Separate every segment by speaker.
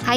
Speaker 1: Hi,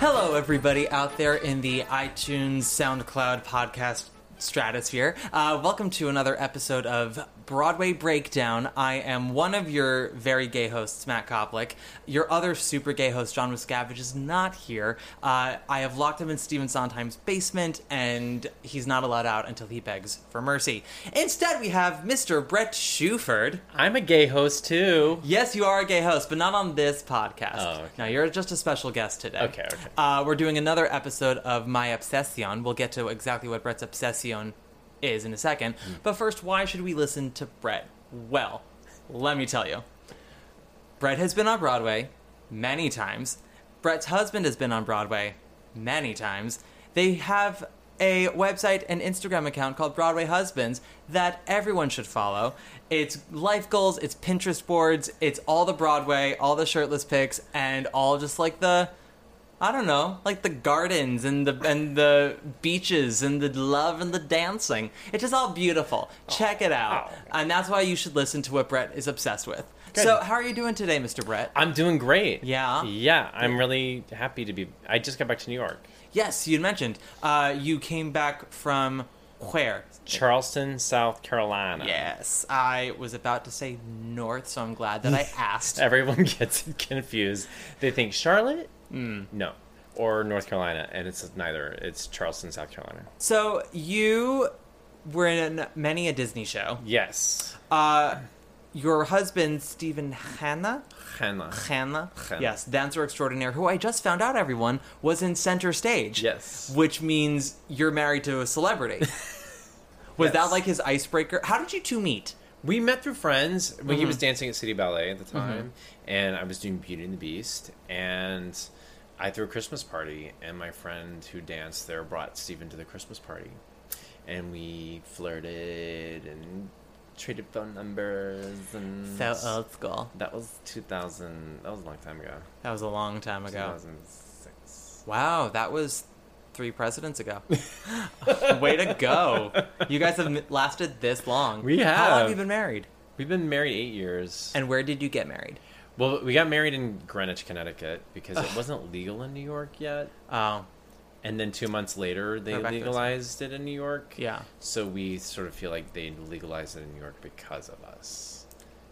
Speaker 2: Hello, everybody out there in the iTunes, SoundCloud, podcast stratosphere. Uh, welcome to another episode of Broadway Breakdown. I am one of your very gay hosts, Matt Koplik. Your other super gay host, John Miscavige, is not here. Uh, I have locked him in Stephen Sondheim's basement, and he's not allowed out until he begs for mercy. Instead, we have Mr. Brett Shuford.
Speaker 3: I'm a gay host too.
Speaker 2: Yes, you are a gay host, but not on this podcast.
Speaker 3: Oh, okay.
Speaker 2: No, you're just a special guest today.
Speaker 3: Okay, okay.
Speaker 2: Uh, we're doing another episode of My Obsession. We'll get to exactly what Brett's obsession is in a second.
Speaker 3: Hmm.
Speaker 2: But first, why should we listen to Brett? Well, let me tell you. Brett has been on Broadway many times. Brett's husband has been on Broadway many times. They have a website and Instagram account called Broadway Husbands that everyone should follow. It's life goals, it's Pinterest boards, it's all the Broadway, all the shirtless pics, and all just like the I don't know, like the gardens and the and the beaches and the love and the dancing. It's just all beautiful. Check it out, and that's why you should listen to what Brett is obsessed with. So, how are you doing today, Mr. Brett?
Speaker 3: I'm doing great.
Speaker 2: Yeah?
Speaker 3: Yeah, I'm really happy to be. I just got back to New York.
Speaker 2: yes, you mentioned uh, you came back from where?
Speaker 3: Charleston, South Carolina.
Speaker 2: Yes, I was about to say north, so I'm glad that I asked.
Speaker 3: Everyone gets confused. They think Charlotte? Mm. No. Or North Carolina, and it's neither. It's Charleston, South Carolina.
Speaker 2: so, you were in many a Disney show.
Speaker 3: Yes.
Speaker 2: Your husband, Stephen Hanna,
Speaker 3: Hannah.
Speaker 2: Hannah,
Speaker 3: Hannah.
Speaker 2: yes, dancer extraordinaire, who I just found out everyone was in center stage.
Speaker 3: Yes.
Speaker 2: which means you're married to a celebrity. was that
Speaker 3: Yes.
Speaker 2: like his icebreaker? How did you two meet?
Speaker 3: We met through friends when he was dancing at City Ballet at the time, and I was doing Beauty and the Beast, and I threw a Christmas party, and my friend who danced there brought Steven to the Christmas party, and we flirted and traded phone numbers, and
Speaker 2: So uh, old school.
Speaker 3: that was 2000. That was a long time ago.
Speaker 2: That was a long time ago.
Speaker 3: 2006.
Speaker 2: Wow, that was three presidents ago. Way to go! You guys have m- lasted this long.
Speaker 3: We
Speaker 2: How long have
Speaker 3: have.
Speaker 2: you been married?
Speaker 3: We've been married eight years, and
Speaker 2: And where did you get married?
Speaker 3: well, we got married in Greenwich, Connecticut, because it wasn't legal in New York yet.
Speaker 2: Oh,
Speaker 3: and then two months later they
Speaker 2: Rebecca's.
Speaker 3: legalized it in New York.
Speaker 2: Yeah.
Speaker 3: So we sort of feel like they legalized it in New York because of us.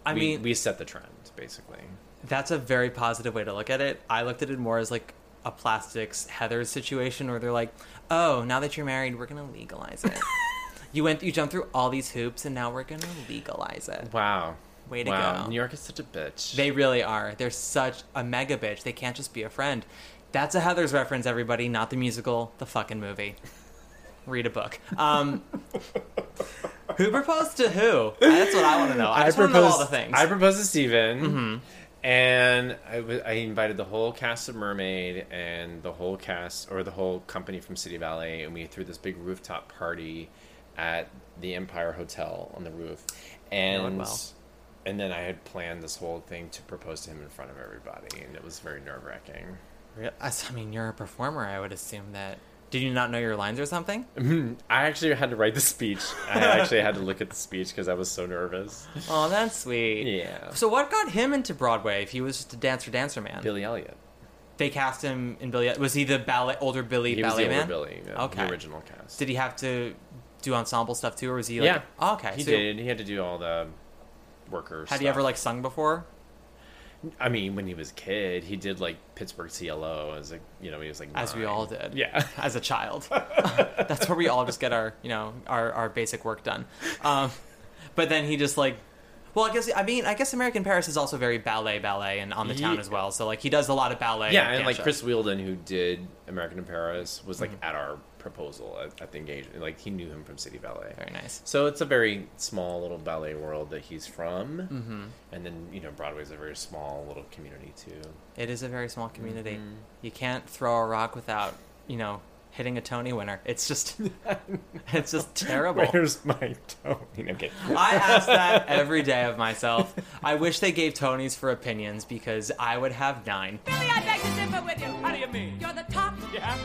Speaker 2: I
Speaker 3: we,
Speaker 2: mean,
Speaker 3: we set the trend basically.
Speaker 2: that's a very positive way to look at it. I looked at it more as like a plastics Heather situation where they're like, "Oh, now that you're married, we're gonna legalize it." you went, you jumped through all these hoops, and now we're gonna legalize it.
Speaker 3: Wow.
Speaker 2: Way to
Speaker 3: wow.
Speaker 2: go.
Speaker 3: New York is such a bitch.
Speaker 2: They really are. They're such a mega bitch. They can't just be a friend. That's a Heather's reference, everybody. Not the musical, the fucking movie. Read a book. Um, who proposed to who? That's what I want to know. I, just want to know all the things. Mm-hmm.
Speaker 3: I proposed to Steven. And I wa- I invited the whole cast of Mermaid and the whole cast, or the whole company from City Ballet, and we threw this big rooftop party at the Empire Hotel on the roof. And
Speaker 2: well.
Speaker 3: and then I had planned this whole thing to propose to him in front of everybody, and it was very nerve wracking.
Speaker 2: Re- I s- I mean, you're a performer. I would assume that Did you not know your lines or something?
Speaker 3: I actually had to write the speech. I actually had to look at the speech because I was so nervous.
Speaker 2: Oh, that's sweet.
Speaker 3: Yeah.
Speaker 2: So what got him into Broadway if he was just a dancer dancer man?
Speaker 3: Billy Elliot.
Speaker 2: They cast him in Billy. Was he the ballet older Billy
Speaker 3: He was
Speaker 2: ballet
Speaker 3: the older
Speaker 2: man?
Speaker 3: Billy. Yeah,
Speaker 2: Okay.
Speaker 3: The original cast.
Speaker 2: Did he have to do ensemble stuff too, or was he like?
Speaker 3: Yeah.
Speaker 2: Oh, okay.
Speaker 3: He
Speaker 2: so
Speaker 3: did. He had to do all the workers.
Speaker 2: Had he ever like sung before?
Speaker 3: I mean, when he was a kid, he did like Pittsburgh CLO as like you know he was like
Speaker 2: As we
Speaker 3: nine.
Speaker 2: all did.
Speaker 3: Yeah.
Speaker 2: As a child. That's where we all just get our, you know, our, our basic work done. Um, but then he just like, well, I guess, I mean, I guess American Paris is also very ballet, ballet and on the town
Speaker 3: Ye-
Speaker 2: as well. So like he does a lot of ballet.
Speaker 3: Yeah, and like
Speaker 2: dances.
Speaker 3: Chris Wheeldon, who did American in Paris, was like
Speaker 2: Mm-hmm.
Speaker 3: at our proposal at, at the engagement. Like he knew him from City Ballet.
Speaker 2: Very nice.
Speaker 3: So it's a very small little ballet world that he's from, mm-hmm. and then you know Broadway's a very small little community too.
Speaker 2: It is a very small community.
Speaker 3: Mm-hmm.
Speaker 2: You can't throw a rock without, you know, hitting a Tony winner. It's just, it's just terrible.
Speaker 3: Where's my Tony? Okay,
Speaker 2: I ask that every day of myself. I wish they gave Tonys for opinions because I would have nine.
Speaker 4: Billy, I beg to differ with you. How do you mean? You're the top. Yeah.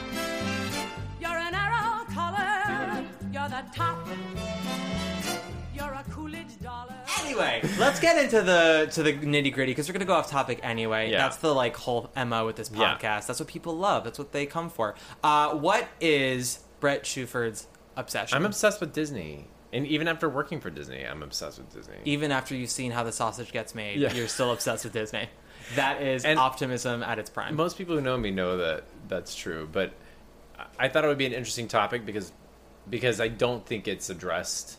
Speaker 4: You're an arrow collar. You're the top. You're a Coolidge dollar.
Speaker 2: Anyway, let's get into the to the nitty gritty because we're gonna go off topic anyway.
Speaker 3: Yeah.
Speaker 2: That's the like whole mo with this
Speaker 3: Yeah.
Speaker 2: podcast. That's what people love. That's what they come for. Uh, what is Brett Shuford's obsession?
Speaker 3: I'm obsessed with Disney, and even after working for Disney, I'm obsessed with Disney.
Speaker 2: Even after you've seen how the sausage gets made,
Speaker 3: Yeah.
Speaker 2: you're still obsessed with Disney. That is
Speaker 3: And-
Speaker 2: optimism at its prime.
Speaker 3: Most people who know me know that that's true, but I- I thought it would be an interesting topic because because I don't think it's addressed.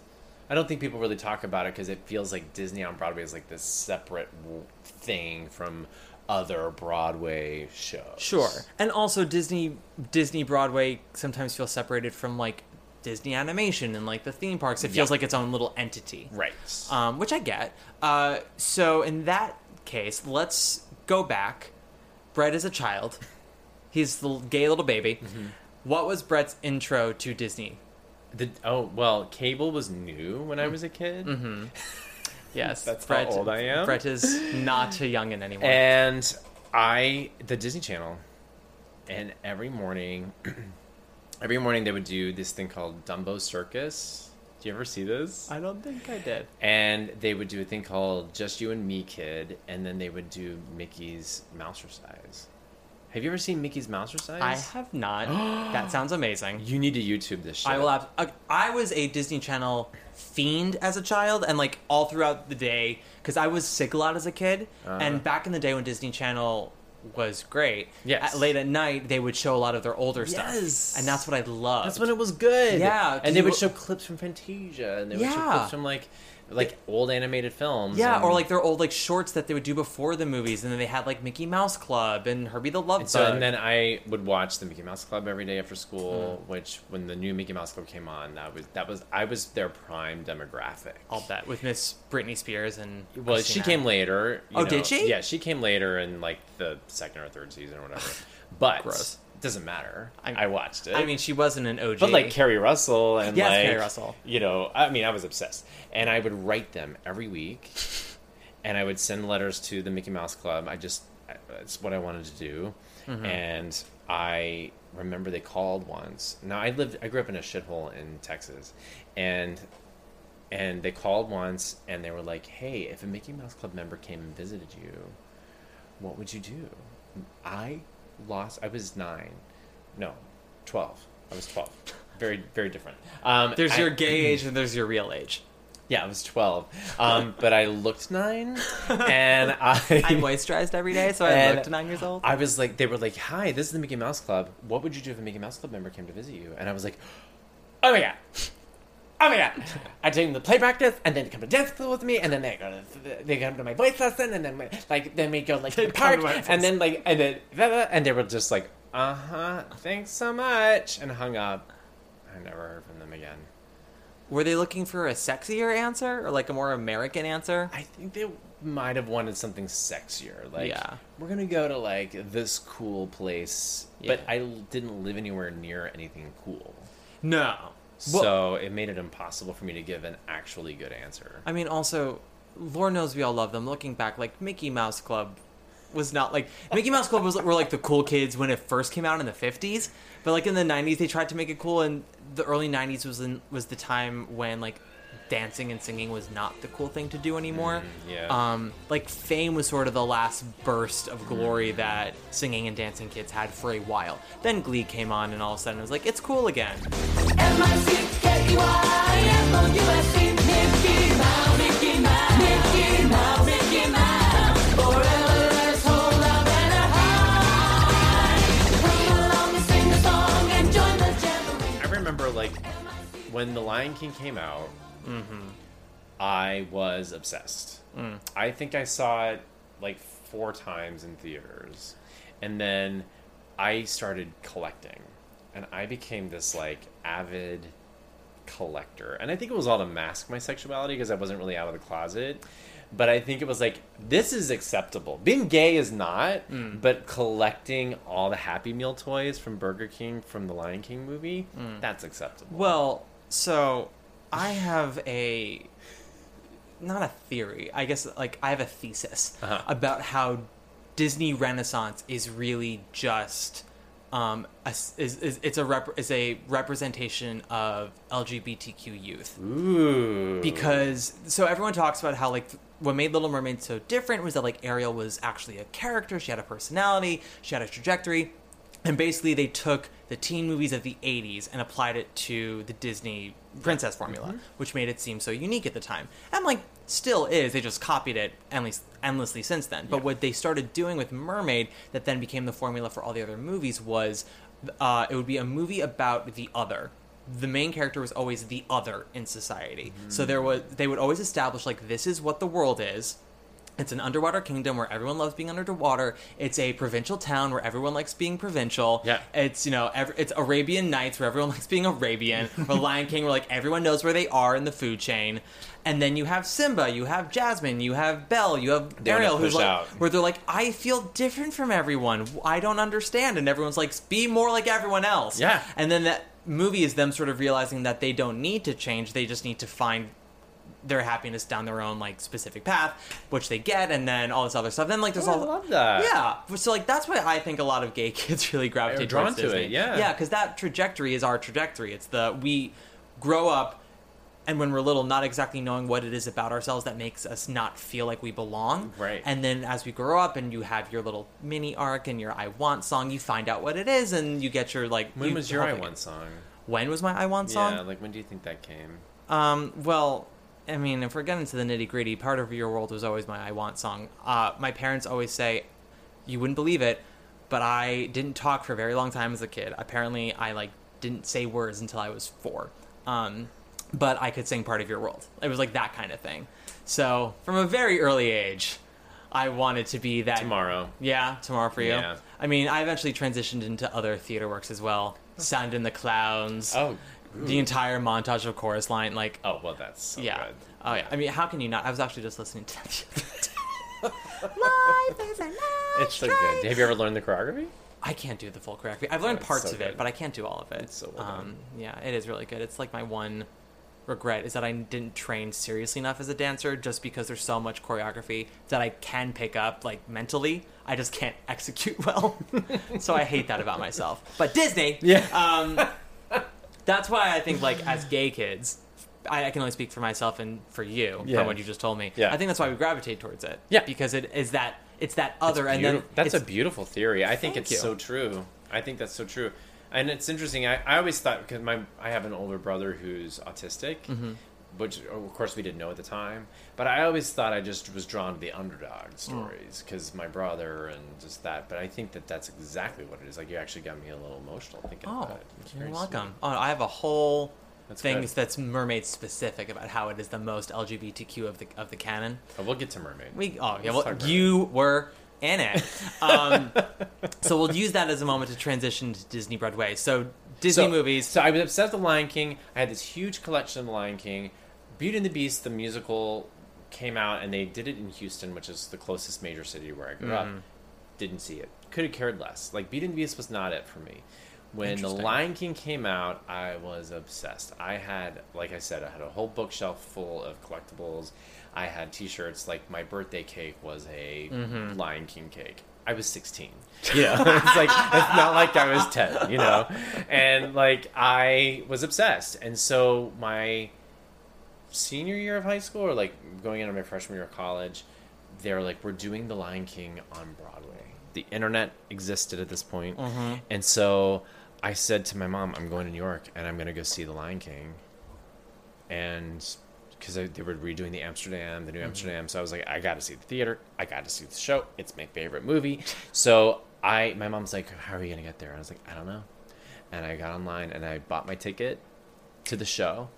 Speaker 3: I don't think people really talk about it because it feels like Disney on Broadway is like this separate w- thing from other Broadway shows.
Speaker 2: Sure. And also Disney Disney Broadway sometimes feels separated from like Disney animation and like the theme parks. It feels
Speaker 3: Yeah.
Speaker 2: like its own little entity.
Speaker 3: Right.
Speaker 2: Um, which I get. Uh, so in that case, let's go back. Brett is a child. He's the gay little baby.
Speaker 3: Mm-hmm.
Speaker 2: What was Brett's intro to Disney?
Speaker 3: The- oh well, cable was new when I
Speaker 2: Mm.
Speaker 3: was a kid,
Speaker 2: Mm-hmm. Yes,
Speaker 3: That's how old I am.
Speaker 2: Brett is not a youngin anymore.
Speaker 3: and I the Disney Channel, and every morning, every morning they would do this thing called Dumbo Circus. Do you ever see this?
Speaker 2: I don't think I did.
Speaker 3: and they would do a thing called Just You and Me Kid, and then they would do Mickey's Mousercise. Have you ever seen Mickey's Mousercise?
Speaker 2: I have not. that sounds amazing.
Speaker 3: You need to YouTube this shit.
Speaker 2: I will. Ab- I- I was a Disney Channel fiend as a child, and like all throughout the day, because I was sick a lot as a kid.
Speaker 3: Uh-huh.
Speaker 2: And back in the day when Disney Channel was great,
Speaker 3: Yes.
Speaker 2: at, late at night they would show a lot of their older
Speaker 3: Yes.
Speaker 2: stuff, and that's what I loved.
Speaker 3: That's when it was good.
Speaker 2: Yeah, 'cause
Speaker 3: and they
Speaker 2: you
Speaker 3: would
Speaker 2: were-
Speaker 3: show clips from Fantasia, and they would show
Speaker 2: Yeah.
Speaker 3: clips from like, like old animated films.
Speaker 2: yeah,
Speaker 3: and-
Speaker 2: or like their old like shorts that they would do before the movies, and then they had like Mickey Mouse Club and Herbie the Love
Speaker 3: And so,
Speaker 2: Bug.
Speaker 3: and then I would watch the Mickey Mouse Club every day after school.
Speaker 2: Hmm.
Speaker 3: Which, when the new Mickey Mouse Club came on, that was that was I was their prime demographic.
Speaker 2: I'll bet with Miss Britney Spears and
Speaker 3: Well, she
Speaker 2: Christina.
Speaker 3: came later. you
Speaker 2: Oh, did she?
Speaker 3: Yeah, she came later in like the second or third season or whatever. But
Speaker 2: Gross.
Speaker 3: it doesn't matter.
Speaker 2: I-
Speaker 3: I, watched it.
Speaker 2: I mean, she wasn't an OG,
Speaker 3: but like Carrie Russell and
Speaker 2: Yes,
Speaker 3: like
Speaker 2: Carrie Russell.
Speaker 3: You know, I mean, I was obsessed, and I would write them every week, and I would send letters to the Mickey Mouse Club. I just I- it's what I wanted to do,
Speaker 2: Mm-hmm.
Speaker 3: and I remember they called once. Now I lived, I grew up in a shithole in Texas, and and they called once and they were like, "Hey, if a Mickey Mouse Club member came and visited you, what would you do?" I lost. I was nine, no, twelve. I was twelve. Very, very different. Um,
Speaker 2: there's
Speaker 3: I-
Speaker 2: your gay age and there's your real age.
Speaker 3: yeah. I was twelve, um, but I looked nine, and I
Speaker 2: I moisturized every day, so I
Speaker 3: And
Speaker 2: looked nine years old.
Speaker 3: I was like, they were like, "Hi, this is the Mickey Mouse Club. What would you do if a Mickey Mouse Club member came to visit you?" And I was like, "Oh my god, oh my god! I take them to play practice, and then they come to dance school with me, and then they go to they come to my voice lesson, and then we- like then we go like to the park, and then like and then blah, blah," and they were just like, "Uh huh, thanks so much," and hung up. I never heard from them again.
Speaker 2: Were they looking for a sexier answer or like a more American answer?
Speaker 3: I think they might have wanted something sexier. Like,
Speaker 2: Yeah.
Speaker 3: we're gonna go to like this cool place,
Speaker 2: Yeah.
Speaker 3: but I l- didn't live anywhere near anything cool,
Speaker 2: No. so
Speaker 3: so it made it impossible for me to give an actually good answer.
Speaker 2: I mean, also, Lord knows we all love them. Looking back, like Mickey Mouse Club was not like Mickey Mouse Club was were like the cool kids when it first came out in the fifties, but like in the nineties they tried to make it cool, and the early nineties was in, was the time when like dancing and singing was not the cool thing to do anymore.
Speaker 3: Mm, yeah.
Speaker 2: Um, like Fame was sort of the last burst of glory that singing and dancing kids had for a while. Then Glee came on, and all of a sudden it was like it's cool again.
Speaker 3: I remember like when The Lion King came out, Mm-hmm. I was obsessed. I think I saw it like four times in theaters, and then I started collecting, and I became this like avid collector. And I think it was all to mask my sexuality because I wasn't really out of the closet. But I think it was like this is acceptable. Being gay is not,
Speaker 2: Mm.
Speaker 3: but collecting all the Happy Meal toys from Burger King from the Lion King movie,
Speaker 2: Mm.
Speaker 3: that's acceptable.
Speaker 2: Well, so I have a not a theory. I guess like I have a thesis
Speaker 3: Uh-huh.
Speaker 2: about how Disney Renaissance is really just um a, is, is it's a rep, is a representation of LGBTQ youth
Speaker 3: Ooh.
Speaker 2: because so everyone talks about how like what made Little Mermaid so different was that like Ariel was actually a character. She had a personality. She had a trajectory, and basically they took the teen movies of the '80s and applied it to the Disney princess formula, which made it seem so unique at the time. And like still is. They just copied it endless, endlessly since then. But what they started doing with Mermaid that then became the formula for all the other movies was uh, it would be a movie about the other the main character was always the other in society.
Speaker 3: Mm.
Speaker 2: So there was they would always establish like this is what the world is. It's an underwater kingdom where everyone loves being underwater. It's a provincial town where everyone likes being provincial.
Speaker 3: Yeah.
Speaker 2: It's you know ev- it's Arabian Nights where everyone likes being Arabian. or Lion King where like everyone knows where they are in the food chain. And then you have Simba, you have Jasmine, you have Belle, you have
Speaker 3: They wanna
Speaker 2: Ariel, who's
Speaker 3: push
Speaker 2: like
Speaker 3: out.
Speaker 2: where they're like I feel different from everyone. I don't understand, and everyone's like be more like everyone else.
Speaker 3: Yeah.
Speaker 2: And then that movie is them sort of realizing that they don't need to change, they just need to find their happiness down their own like specific path, which they get, and then all this other stuff. Then like there's
Speaker 3: Oh, I
Speaker 2: all
Speaker 3: love that.
Speaker 2: Yeah. So like that's why I think a lot of gay kids really gravitate
Speaker 3: drawn
Speaker 2: towards
Speaker 3: to it,
Speaker 2: Disney.
Speaker 3: yeah.
Speaker 2: Yeah, because that trajectory is our trajectory. It's the we grow up and when we're little, not exactly knowing what it is about ourselves that makes us not feel like we belong.
Speaker 3: Right.
Speaker 2: And then as we grow up and you have your little mini arc and your I Want song, you find out what it is and you get your like.
Speaker 3: when
Speaker 2: you-
Speaker 3: was your I
Speaker 2: hopefully-
Speaker 3: Want song?
Speaker 2: When was my I Want song?
Speaker 3: Yeah, like when do you think that came?
Speaker 2: Um, well, I mean, if we're getting to the nitty gritty, part of your world was always my I Want song. Uh, my parents always say, you wouldn't believe it, but I didn't talk for a very long time as a kid. Apparently, I like didn't say words until I was four. Um, but I could sing part of your world. It was like that kind of thing. So from a very early age, I wanted to be that.
Speaker 3: Tomorrow.
Speaker 2: Yeah, tomorrow for you.
Speaker 3: Yeah.
Speaker 2: I mean, I eventually transitioned into other theater works as well. Sound in the Clowns.
Speaker 3: Oh,
Speaker 2: The entire montage of chorus line, like
Speaker 3: Oh well, that's so
Speaker 2: yeah.
Speaker 3: good.
Speaker 2: Oh yeah. I mean, how can you not? I was actually just listening to that. Life is a nice
Speaker 3: It's so good. Have you ever learned the choreography?
Speaker 2: I can't do the full choreography. I've learned
Speaker 3: Oh, it's
Speaker 2: parts
Speaker 3: so
Speaker 2: of it,
Speaker 3: good.
Speaker 2: but I can't do all of it. Um,
Speaker 3: so well done.
Speaker 2: yeah, it is really good. It's like my one regret is that I didn't train seriously enough as a dancer just because there's so much choreography that I can pick up like mentally. I just can't execute well. so I hate that about myself. But Disney,
Speaker 3: Yeah.
Speaker 2: um, that's why I think like as gay kids, I, I can only speak for myself and for you
Speaker 3: Yeah.
Speaker 2: from what you just told me.
Speaker 3: Yeah.
Speaker 2: I think that's why we gravitate towards it.
Speaker 3: Yeah.
Speaker 2: because it is that it's that other and then
Speaker 3: Beautiful- that's a
Speaker 2: it's-
Speaker 3: beautiful theory. I think
Speaker 2: Thank
Speaker 3: it's
Speaker 2: you.
Speaker 3: so true. I think that's so true. And it's interesting. I, I always thought because my I have an older brother who's autistic,
Speaker 2: Mm-hmm.
Speaker 3: which of course we didn't know at the time. But I always thought I just was drawn to the underdog
Speaker 2: Mm.
Speaker 3: stories because my brother and just that. But I think that that's exactly what it is. Like you actually got me a little emotional thinking
Speaker 2: Oh,
Speaker 3: about it. Uh, It's
Speaker 2: you're
Speaker 3: very
Speaker 2: welcome. Oh, I have a whole
Speaker 3: That's
Speaker 2: things
Speaker 3: good.
Speaker 2: that's mermaid specific about how it is the most LGBTQ of the of the canon.
Speaker 3: sweet. But we'll get to mermaid.
Speaker 2: We oh yeah,
Speaker 3: Let's
Speaker 2: well
Speaker 3: talk
Speaker 2: you were in it. Um, so we'll use that as a moment to transition to Disney Broadway. So Disney
Speaker 3: so,
Speaker 2: movies.
Speaker 3: So I was obsessed with Lion King. I had this huge collection of The Lion King. Beauty and the Beast, the musical, came out, and they did it in Houston, which is the closest
Speaker 2: Mm-hmm.
Speaker 3: major city where I grew up. Didn't see it. Could have cared less. Like Beauty and the Beast was not it for me. When The
Speaker 2: Interesting.
Speaker 3: Lion King came out, I was obsessed. I had, like I said, I had a whole bookshelf full of collectibles. I had t shirts. Like, my birthday cake was a
Speaker 2: Mm-hmm.
Speaker 3: Lion King cake. I was 16. You know, it's like, it's not like I was 10, you know? And, like, I was obsessed. And so, my senior year of high school or like going into my freshman year of college, they were like, we're doing The Lion King on Broadway. The internet existed at this point. And so I said to my mom, I'm going to New York and I'm going to go see The Lion King. And because they were redoing the Amsterdam, the new Amsterdam. So I was like, I got to see the theater. I got to see the show. It's my favorite movie. So I, my mom's like, how are you going to get there? And I was like, I don't know. And I got online and I bought my ticket to the show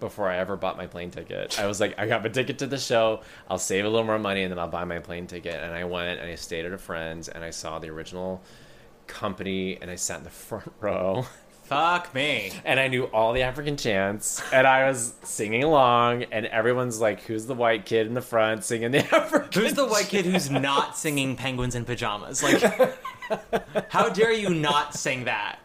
Speaker 3: before I ever bought my plane ticket. I was like, I got my ticket to the show. I'll save a little more money and then I'll buy my plane ticket. And I went and I stayed at a friend's and I saw the original company and I sat in the front row
Speaker 2: Fuck me.
Speaker 3: and I knew all the African chants and I was singing along and everyone's like, who's the white kid in the front singing the African?
Speaker 2: Who's the white kid who's not singing penguins in pajamas? Like, how dare you not sing that?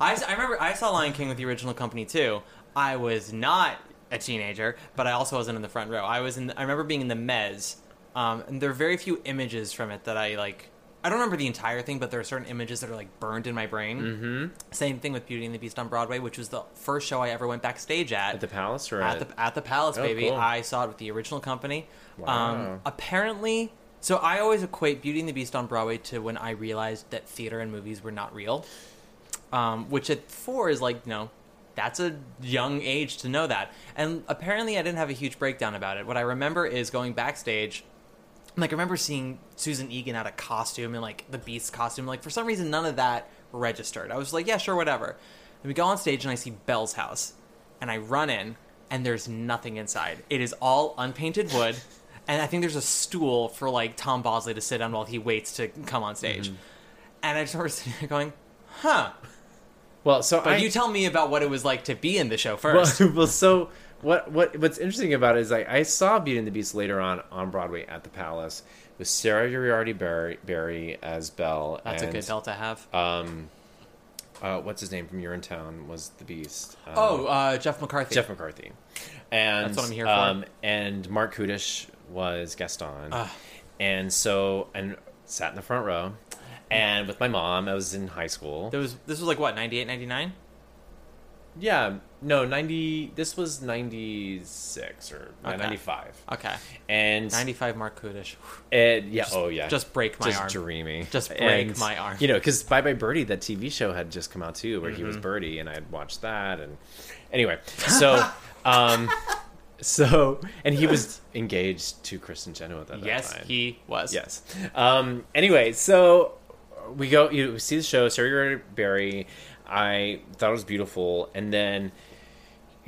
Speaker 2: I, s- I remember I saw Lion King with the original company too. I was not a teenager, but I also wasn't in the front row. I was in. The, I remember being in the mezz, um, and there are very few images from it that I like. I don't remember the entire thing, but there are certain images that are like burned in my brain. Mm-hmm. Same thing with Beauty and the Beast on Broadway, which was the first show I ever went backstage
Speaker 3: At the palace or at,
Speaker 2: at the at the Palace,
Speaker 3: Oh,
Speaker 2: baby.
Speaker 3: cool.
Speaker 2: I saw it with the original company.
Speaker 3: Wow.
Speaker 2: Um, apparently, so I always equate Beauty and the Beast on Broadway to when I realized that theater and movies were not real. Um, which at four is like, you know, that's a young age to know that. And apparently, I didn't have a huge breakdown about it. What I remember is going backstage like I remember seeing Susan Egan out of costume and like the Beast costume. Like for some reason, none of that registered. I was like, yeah, sure, whatever. And we go on stage and I see Belle's house, and I run in and there's nothing inside. It is all unpainted wood, and I think there's a stool for like Tom Bosley to sit on while he waits to come on stage.
Speaker 3: Mm-hmm.
Speaker 2: And I just remember sitting there going, huh.
Speaker 3: well, so
Speaker 2: But
Speaker 3: I,
Speaker 2: you tell me about what it was like to be in the show
Speaker 3: well,
Speaker 2: first.
Speaker 3: well, so what what what's interesting about it is like I saw Beauty and the Beast later on on Broadway at the Palace with Sarah Uriarty Berry, Berry as Belle.
Speaker 2: That's a
Speaker 3: and,
Speaker 2: good belt to have.
Speaker 3: Uh, what's his name from Urinetown was the Beast. Um,
Speaker 2: oh, uh, Jeff McCarthy.
Speaker 3: Jeff McCarthy. And um,
Speaker 2: That's what I'm here for.
Speaker 3: and Mark Kudish was Gaston.
Speaker 2: Ah.
Speaker 3: And so and sat in the front row. And with my mom, I was in high school.
Speaker 2: There was, this was like what, 98, 99?
Speaker 3: Yeah, no, ninety. This was ninety six or
Speaker 2: Okay.
Speaker 3: ninety five.
Speaker 2: Okay.
Speaker 3: And
Speaker 2: 95 Mark Kudish.
Speaker 3: And yeah, oh yeah,
Speaker 2: just break my
Speaker 3: just
Speaker 2: arm.
Speaker 3: dreamy,
Speaker 2: Just break my arm.
Speaker 3: You know, because Bye Bye Birdie, that TV show had just come out too, where he
Speaker 2: Mm-hmm.
Speaker 3: was Birdie, and I had watched that, and anyway, so, um, so, and he was engaged to Kristen Chenoweth at that
Speaker 2: Yes,
Speaker 3: time.
Speaker 2: he was.
Speaker 3: Yes. Um, anyway, so we go. You know, we see the show. Sarah Berry. I thought it was beautiful, and then.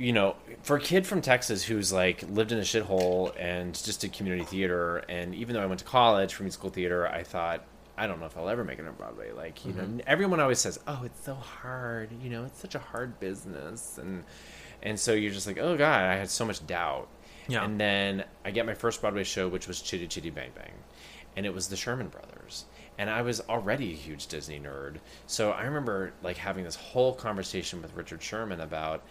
Speaker 3: You know, for a kid from Texas who's like lived in a shithole and just did community theater, and even though I went to college for musical theater, I thought I don't know if I'll ever make it on Broadway. Like, you know, everyone always says, "Oh, it's so hard." You know, it's such a hard business, and and so you're just like, "Oh God," I had so much doubt.
Speaker 2: Yeah.
Speaker 3: And then I get my first Broadway show, which was Chitty Chitty Bang Bang, and it was the Sherman Brothers. And I was already a huge Disney nerd, so I remember like having this whole conversation with Richard Sherman about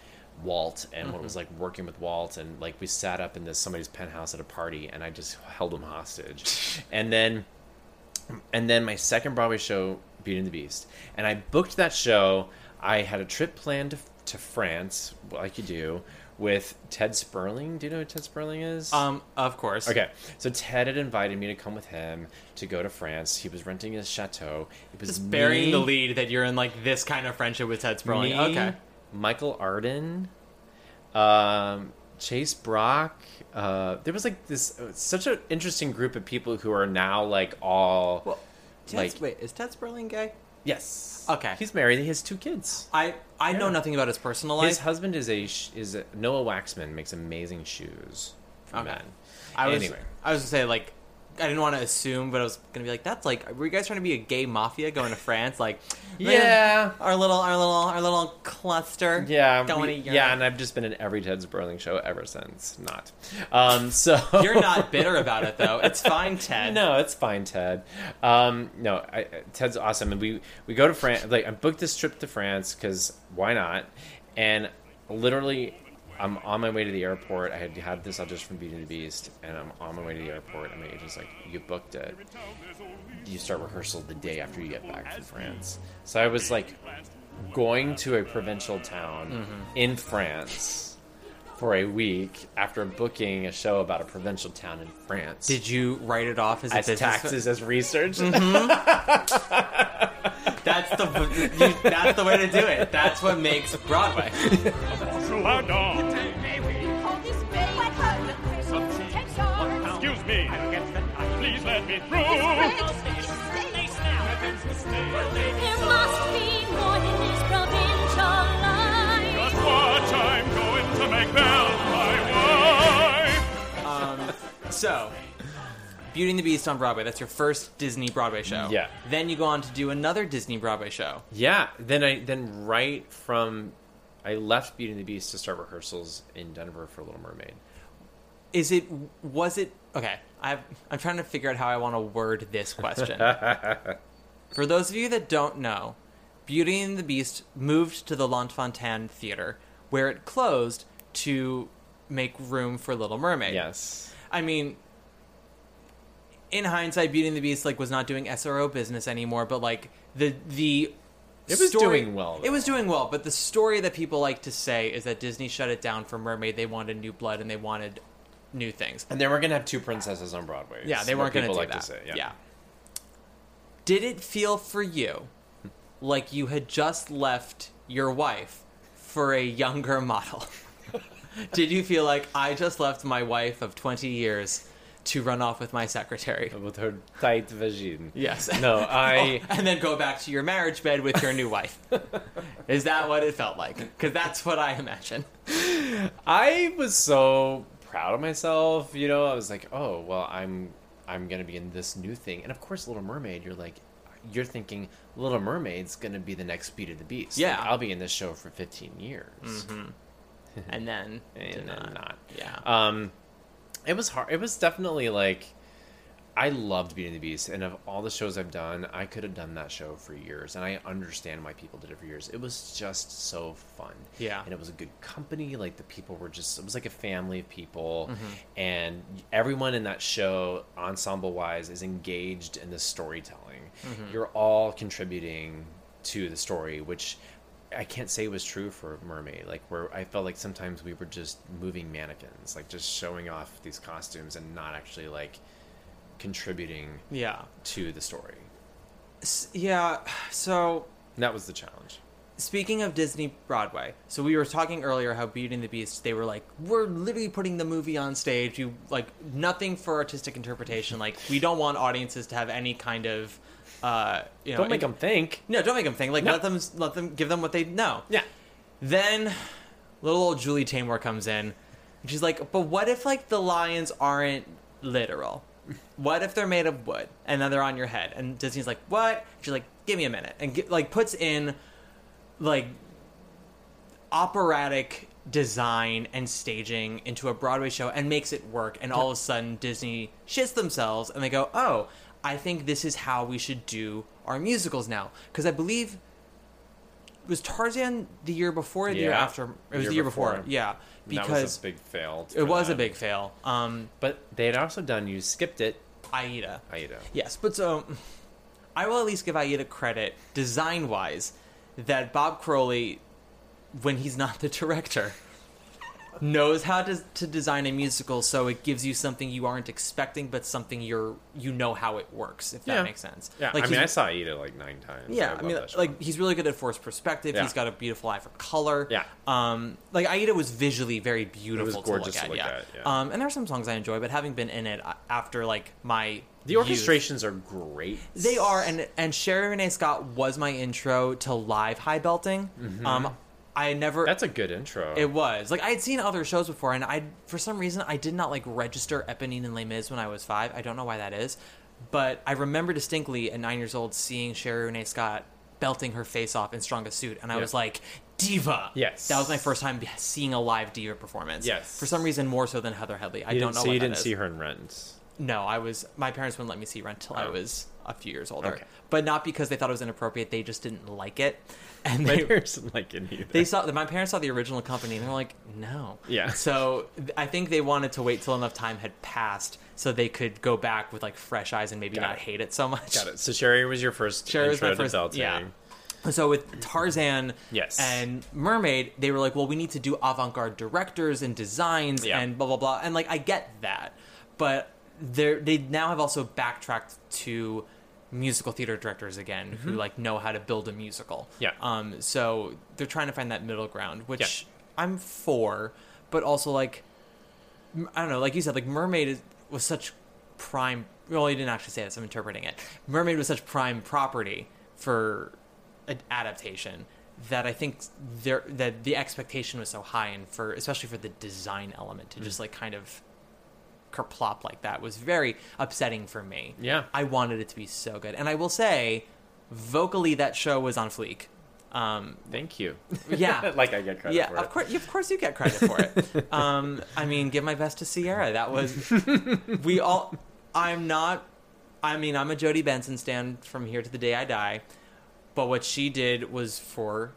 Speaker 3: Walt and what it was like working with Walt, and like we sat up in this somebody's penthouse at a party, and I just held him hostage, and then and then my second Broadway show, Beauty and the Beast. And I booked that show. I had a trip planned to, to France, like you do, with Ted Sperling. Do you know who Ted Sperling is?
Speaker 2: Um, of course.
Speaker 3: okay. So Ted had invited me to come with him to go to France. He was renting his chateau. It was
Speaker 2: Just burying
Speaker 3: me-
Speaker 2: the lead that you're in like this kind of friendship with Ted Sperling.
Speaker 3: me,
Speaker 2: Okay.
Speaker 3: Michael Arden, um, Chase Brock. Uh, there was like this such an interesting group of people who are now like all Ted's- Like-
Speaker 2: wait, is Ted Sperling gay?
Speaker 3: yes
Speaker 2: Okay.
Speaker 3: He's married. He has two kids.
Speaker 2: I I know
Speaker 3: Yeah.
Speaker 2: nothing about his personal life.
Speaker 3: His husband is a sh- is a, Noah Waxman makes amazing shoes for
Speaker 2: Okay.
Speaker 3: men.
Speaker 2: I was
Speaker 3: anyway.
Speaker 2: I was gonna say like I didn't want to assume, but I was gonna be like, "That's like, were you guys trying to be a gay mafia going to France?" Like,
Speaker 3: Yeah.
Speaker 2: our little, our little, our little cluster.
Speaker 3: Yeah,
Speaker 2: going
Speaker 3: we-
Speaker 2: to Europe.
Speaker 3: yeah, and I've just been in every Ted's Burling show ever since. Not, um, so
Speaker 2: You're not bitter about it though. It's fine, Ted.
Speaker 3: No, it's fine, Ted. Um, no, I, Ted's awesome, and we we go to France. Like I booked this trip to France because why not? And literally, I'm on my way to the airport. I had had this audition from Beauty and the Beast, and I'm on my way to the airport. And my agent's like, "You booked it. You start rehearsal the day after you get back from France." So I was like, going to a provincial town
Speaker 2: Mm-hmm.
Speaker 3: in France. For a week after booking a show about a provincial town in France,
Speaker 2: Did you write it off as, a
Speaker 3: as
Speaker 2: business?
Speaker 3: taxes as research.
Speaker 2: That's the you, that's the way to do it. That's what makes Broadway.
Speaker 5: Excuse me. Please let me through. There must be more than this provincial life. Just watch, I'm going to make Belle my wife.
Speaker 2: So, Beauty and the Beast on Broadway. That's your first Disney Broadway show.
Speaker 3: Yeah.
Speaker 2: Then you go on to do another Disney Broadway show.
Speaker 3: yeah, then I then right from I left Beauty and the Beast to start rehearsals in Denver for Little Mermaid.
Speaker 2: Is it? Was it? Okay. I've, I'm trying to figure out how I want to word this question. For those of you that don't know, Beauty and the Beast moved to the L'Entrefontaine Theater, where it closed to make room for Little Mermaid.
Speaker 3: Yes.
Speaker 2: I mean, in hindsight, Beauty and the Beast like was not doing SRO business anymore, but like the the
Speaker 3: It was doing well, though.
Speaker 2: It was doing well, but the story that people like to say is that Disney shut it down for Mermaid. They wanted new blood and they wanted new things.
Speaker 3: And then we're gonna have two princesses on Broadway.
Speaker 2: Yeah,
Speaker 3: is
Speaker 2: they
Speaker 3: what
Speaker 2: weren't going to
Speaker 3: people
Speaker 2: do
Speaker 3: like
Speaker 2: that.
Speaker 3: To say. Yeah.
Speaker 2: Did it feel for you like you had just left your wife for a younger model? Did you feel like I just left my wife of 20 years to run off with my secretary?
Speaker 3: with her tight vagine.
Speaker 2: Yes.
Speaker 3: No, I.
Speaker 2: and then go back to your marriage bed with your new wife. Is that what it felt like? Because that's what I imagine.
Speaker 3: I was so proud of myself, you know. I was like, "Oh, well, I'm I'm going to be in this new thing." And of course, Little Mermaid, you're like you're thinking Little Mermaid's going to be the next Beauty and the Beast. Like,
Speaker 2: Yeah.
Speaker 3: I'll be in this show for 15 years.
Speaker 2: And then, did
Speaker 3: And then not.
Speaker 2: Yeah.
Speaker 3: Um it was hard. It was definitely like I loved Beauty and the Beast, and of all the shows I've done, I could have done that show for years, and I understand why people did it for years. It was just so fun,
Speaker 2: Yeah.
Speaker 3: and it was a good company. Like the people were just, it was like a family of people, and everyone in that show, ensemble wise, is engaged in the storytelling. You're all contributing to the story, which. I can't say was true for Mermaid, like where I felt like sometimes we were just moving mannequins, like just showing off these costumes and not actually like contributing
Speaker 2: yeah.
Speaker 3: to the story.
Speaker 2: S- yeah. So
Speaker 3: And that was the challenge.
Speaker 2: Speaking of Disney Broadway, so we were talking earlier how Beauty and the Beast, they were like, we're literally putting the movie on stage. You like nothing for artistic interpretation. Like we don't want audiences to have any kind of, uh, you know,
Speaker 3: Don't make them think.
Speaker 2: No, don't make them think. Like let them let them give them what they know.
Speaker 3: Yeah.
Speaker 2: Then little old Julie Taymor comes in and she's like, But what if like the lions aren't literal? What if they're made of wood and then they're on your head? And Disney's like, What? She's like, Give me a minute. And gi- like puts in like operatic design and staging into a Broadway show and makes it work. And all of a sudden, Disney shits themselves and they go, oh, I think this is how we should do our musicals now. Because I believe was Tarzan the year before or the year
Speaker 3: Yeah.
Speaker 2: after? It was
Speaker 3: Year
Speaker 2: the year before.
Speaker 3: before.
Speaker 2: Yeah.
Speaker 3: That
Speaker 2: Because
Speaker 3: was a big fail.
Speaker 2: it
Speaker 3: for
Speaker 2: was a
Speaker 3: them.
Speaker 2: big fail. Um,
Speaker 3: But they had also done. You skipped it,
Speaker 2: Aida.
Speaker 3: Aida.
Speaker 2: Yes, but so I will at least give Aida credit design wise that Bob Crowley, when he's not the director, knows how to, to design a musical so it gives you something you aren't expecting, but something you're you know how it works. If that
Speaker 3: Yeah.
Speaker 2: makes sense.
Speaker 3: Yeah, I
Speaker 2: he's-
Speaker 3: mean, I saw Aida like nine times.
Speaker 2: yeah,
Speaker 3: love
Speaker 2: I mean,
Speaker 3: that show.
Speaker 2: like he's really good at forced perspective.
Speaker 3: Yeah.
Speaker 2: He's got a beautiful eye for color.
Speaker 3: Yeah.
Speaker 2: um, like Aida was visually very beautiful.
Speaker 3: gorgeous
Speaker 2: to look at. yeah.
Speaker 3: yeah.
Speaker 2: Um, and there are some songs I enjoy, but having been in it uh, after like my
Speaker 3: the
Speaker 2: youth-
Speaker 3: orchestrations are great.
Speaker 2: they are, and and Sherry Renee Scott was my intro to live high belting. Um, I never.
Speaker 3: Mm-hmm. That's a good intro.
Speaker 2: It was like I had seen other shows before, and I for some reason I did not like register Eponine and Les Mis when I was five. I don't know why that is, but I remember distinctly at nine years old seeing Sherry Renee Scott belting her face off in Strongest Suit, and I
Speaker 3: Yeah.
Speaker 2: was like, "Diva!"
Speaker 3: Yes.
Speaker 2: that was my first time seeing a live diva performance.
Speaker 3: Yes.
Speaker 2: for some reason more so than Heather Headley. I
Speaker 3: you
Speaker 2: don't
Speaker 3: didn't
Speaker 2: know.
Speaker 3: see,
Speaker 2: why
Speaker 3: you
Speaker 2: that
Speaker 3: didn't
Speaker 2: is.
Speaker 3: see her in Rent.
Speaker 2: No, I was. My parents wouldn't let me see Rent till I was a few years older,
Speaker 3: Oh. Okay.
Speaker 2: but not because they thought it was inappropriate. They just didn't like it, and
Speaker 3: My
Speaker 2: they
Speaker 3: parents didn't like it either.
Speaker 2: they saw my parents saw the original company and they're like no
Speaker 3: Yeah.
Speaker 2: so th- i think they wanted to wait till enough time had passed so they could go back with like fresh eyes and maybe
Speaker 3: Got
Speaker 2: not
Speaker 3: it.
Speaker 2: hate it so much
Speaker 3: Got it. So Sherry was your first
Speaker 2: Sherry was
Speaker 3: intro
Speaker 2: my first-
Speaker 3: to Belting.
Speaker 2: yeah. so with tarzan
Speaker 3: Yes.
Speaker 2: and mermaid they were like well we need to do avant-garde directors and designs
Speaker 3: Yeah.
Speaker 2: and blah blah blah and like i get that but they're they now have also backtracked to musical theater directors again who like know how to build a musical
Speaker 3: Mm-hmm. Yeah.
Speaker 2: um so they're trying to find that middle ground which
Speaker 3: Yeah.
Speaker 2: i'm for but also like I don't know, like you said, like Mermaid is, was such prime. Well, you didn't actually say this. I'm interpreting it. Mermaid was such prime property for an adaptation that I think there that the expectation was so high, and for especially for the design element to
Speaker 3: Mm.
Speaker 2: just like kind of kerplop like that was very upsetting for me.
Speaker 3: Yeah.
Speaker 2: I wanted it to be so good, and I will say, vocally, that show was on fleek. Um,
Speaker 3: Thank you.
Speaker 2: yeah,
Speaker 3: like I get credit
Speaker 2: yeah,
Speaker 3: for
Speaker 2: of
Speaker 3: it.
Speaker 2: course, of course, you get credit for it. um, I mean, give my best to Sierra. That was we all. I'm not. I mean, I'm a Jodie Benson stand from here to the day I die, but what she did was for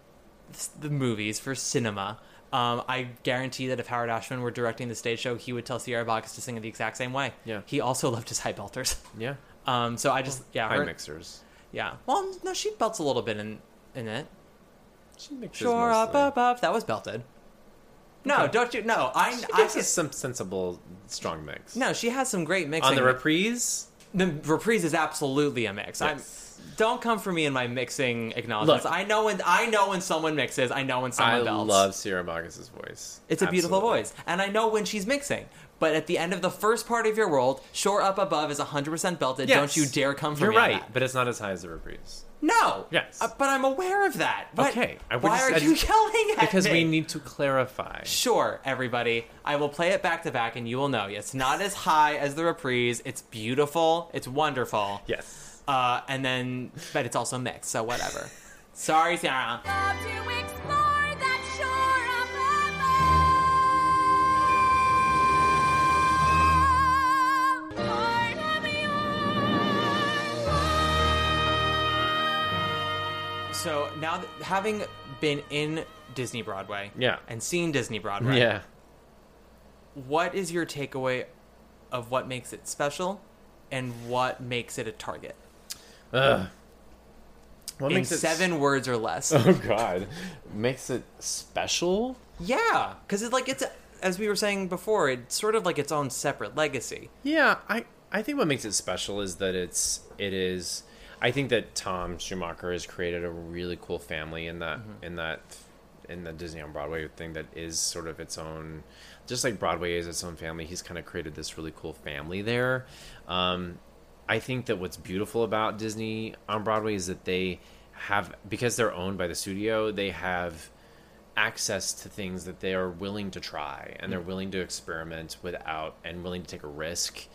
Speaker 2: s- the movies for cinema. Um, I guarantee that if Howard Ashman were directing the stage show, he would tell Sierra Box to sing it the exact same way.
Speaker 3: Yeah.
Speaker 2: He also loved his high belters.
Speaker 3: Yeah.
Speaker 2: Um, so I just yeah,
Speaker 3: High
Speaker 2: her-
Speaker 3: mixers.
Speaker 2: yeah. Well, no, she belts a little bit in in it.
Speaker 3: She mixes
Speaker 2: Sure up,
Speaker 3: mostly.
Speaker 2: up, up. That was belted. No, don't you? No, I.
Speaker 3: She
Speaker 2: I
Speaker 3: gives us some sensible strong mix.
Speaker 2: no, she has some great mixing.
Speaker 3: On the reprise,
Speaker 2: The reprise is absolutely a mix.
Speaker 3: Yes.
Speaker 2: I'm, don't come for me in my mixing acknowledgments.
Speaker 3: Look.
Speaker 2: I know when I know when someone mixes. I know when someone
Speaker 3: I
Speaker 2: belts.
Speaker 3: love Sierra Magus' voice.
Speaker 2: It's a beautiful
Speaker 3: Absolutely.
Speaker 2: voice, and I know when she's mixing. But at the end of the first part of your world, "Shore Up Above" is 100% belted.
Speaker 3: Yes.
Speaker 2: Don't you dare come for
Speaker 3: You're
Speaker 2: me on
Speaker 3: right,
Speaker 2: that.
Speaker 3: but it's not as high as the reprise.
Speaker 2: No.
Speaker 3: Yes.
Speaker 2: Uh, but I'm aware of that. But
Speaker 3: Okay, I would
Speaker 2: why
Speaker 3: just-
Speaker 2: are
Speaker 3: I
Speaker 2: you
Speaker 3: just-
Speaker 2: yelling at
Speaker 3: Because
Speaker 2: me?
Speaker 3: we need to clarify.
Speaker 2: Sure, everybody. I will play it back to back and you will know. It's not as high as the reprise. It's beautiful. It's wonderful.
Speaker 3: Yes.
Speaker 2: Uh, and then, but it's also mixed, so whatever. Sorry, Sarah.
Speaker 5: Love to explore that shore up above. Part of your
Speaker 2: So now, that, having been in Disney Broadway
Speaker 3: Yeah.
Speaker 2: and seen Disney Broadway,
Speaker 3: Yeah.
Speaker 2: what is your takeaway of what makes it special and what makes it a target?
Speaker 3: Ugh. What
Speaker 2: in
Speaker 3: makes it s-
Speaker 2: seven words or less.
Speaker 3: Oh God, makes it special.
Speaker 2: yeah, because it's like it's, as we were saying before, it's sort of like its own separate legacy.
Speaker 3: Yeah, I I think what makes it special is that it's it is. I think that Tom Schumacher has created a really cool family in that in that in the Disney on Broadway thing that is sort of its own. Just like Broadway is its own family, he's kind of created this really cool family there. Um, I think that what's beautiful about Disney on Broadway is that they have because they're owned by the studio, they have access to things that they are willing to try and they're willing to experiment without and willing to take a risk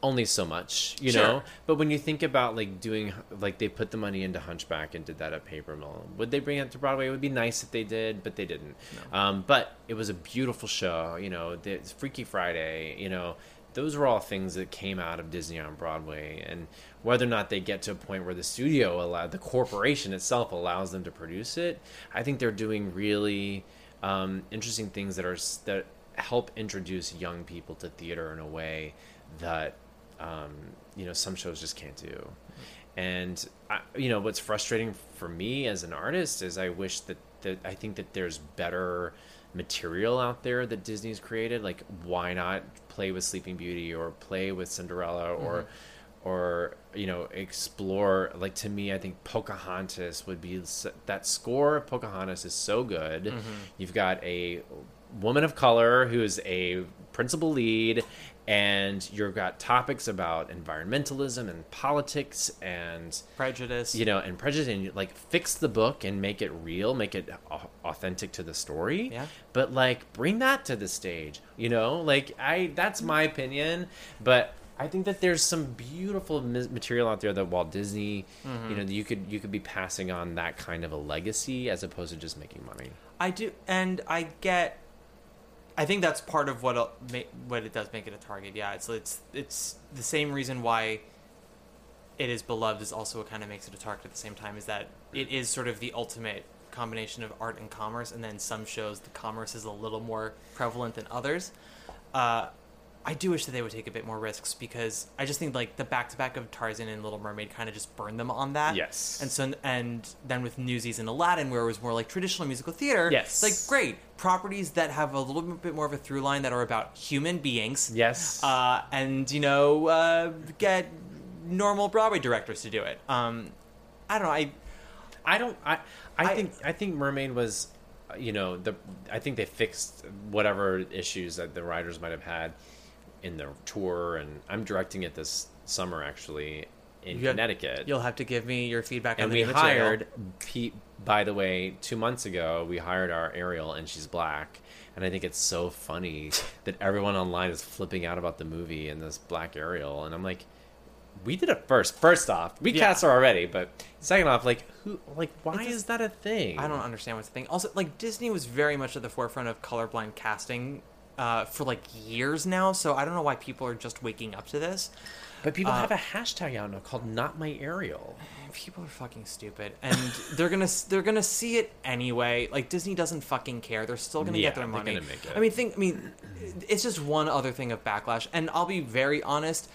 Speaker 3: only so much you
Speaker 2: Sure.
Speaker 3: know but when you think about like doing like they put the money into hunchback and did that at paper mill would they bring it to broadway it would be nice if they did but they didn't um, but it was a beautiful show you know the it's freaky friday you know those were all things that came out of disney on broadway and whether or not they get to a point where the studio allowed the corporation itself allows them to produce it i think they're doing really um, interesting things that are s- that help introduce young people to theater in a way that um, you know some shows just can't do and I, you know what's frustrating for me as an artist is i wish that, that i think that there's better material out there that disney's created like why not play with sleeping beauty or play with cinderella or or you know explore like to me i think pocahontas would be s- that score of pocahontas is so good you've got a woman of color who's a principal lead, and you've got topics about environmentalism and politics and
Speaker 2: Prejudice.
Speaker 3: you know, and prejudice, and you, like fix the book and make it real, make it au- authentic to the story.
Speaker 2: Yeah.
Speaker 3: But like, bring that to the stage. You know, like I, that's my opinion, but I think that there's some beautiful mis- material out there that Walt Disney, you know, you could you could be passing on that kind of a legacy as opposed to just making money.
Speaker 2: I do, and I get. I think that's part of what it'll ma- what it does make it a target. Yeah, it's it's it's the same reason why it is beloved is also what kind of makes it a target at the same time is that it is sort of the ultimate combination of art and commerce, and then some shows the commerce is a little more prevalent than others. Uh, I do wish that they would take a bit more risks because I just think like the back to back of Tarzan and Little Mermaid kind of just burned them on that.
Speaker 3: Yes.
Speaker 2: and so and then with Newsies and Aladdin, where it was more like traditional musical theater.
Speaker 3: Yes.
Speaker 2: like great great properties that have a little bit more of a through line that are about human beings.
Speaker 3: Yes.
Speaker 2: Uh, and, you know, uh, get normal Broadway directors to do it. Um, I don't know. I,
Speaker 3: I don't. I, I
Speaker 2: I-
Speaker 3: think. I think Mermaid was, uh, you know, the. I think they fixed whatever issues that the writers might have had in the tour, and I'm directing it this summer actually in
Speaker 2: you have-
Speaker 3: Connecticut.
Speaker 2: You'll have to give me your feedback on
Speaker 3: and
Speaker 2: the
Speaker 3: we
Speaker 2: new material.
Speaker 3: hired Pete. By the way, two months ago we hired our Ariel, and she's black. And I think it's so funny that everyone online is flipping out about the movie and this black Ariel, and I'm like. We did it first. First off, we
Speaker 2: Yeah.
Speaker 3: cast her already, but second off, like who, like why
Speaker 2: It's a-
Speaker 3: is that a thing?
Speaker 2: I don't understand what's the thing. Also, like Disney was very much at the forefront of colorblind casting uh, for like years now, so I don't know why people are just waking up to this.
Speaker 3: But people
Speaker 2: uh,
Speaker 3: have a hashtag out now called "Not My Ariel."
Speaker 2: people are fucking stupid and they're gonna they're gonna see it anyway like disney doesn't fucking care they're still gonna
Speaker 3: Yeah,
Speaker 2: get their
Speaker 3: they're
Speaker 2: money
Speaker 3: gonna make it.
Speaker 2: i mean think i mean it's just one other thing of backlash and i'll be very honest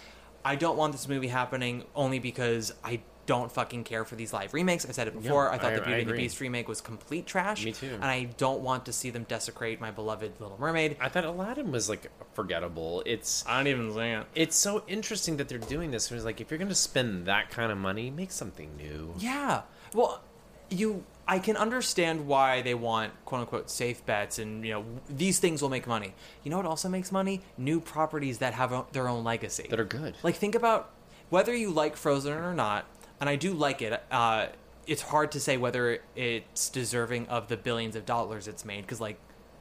Speaker 2: i don't want this movie happening only because i don't fucking care for these live remakes. I said it before. I thought
Speaker 3: I-
Speaker 2: the
Speaker 3: I
Speaker 2: Beauty and the
Speaker 3: agree.
Speaker 2: Beast remake was complete trash.
Speaker 3: Me too.
Speaker 2: And I don't want to see them desecrate my beloved Little Mermaid.
Speaker 3: I thought Aladdin was like forgettable. It's
Speaker 2: I don't even think it.
Speaker 3: it's so interesting that they're doing this. It was like if you're going to spend that kind of money, make something new.
Speaker 2: Yeah. Well, you I can understand why they want quote unquote safe bets and you know these things will make money. You know what also makes money? New properties that have o- their own legacy.
Speaker 3: That are good.
Speaker 2: Like think about whether you like Frozen or not, and I do like it. Uh it's hard to say whether it's deserving of the billions of dollars it's made cuz like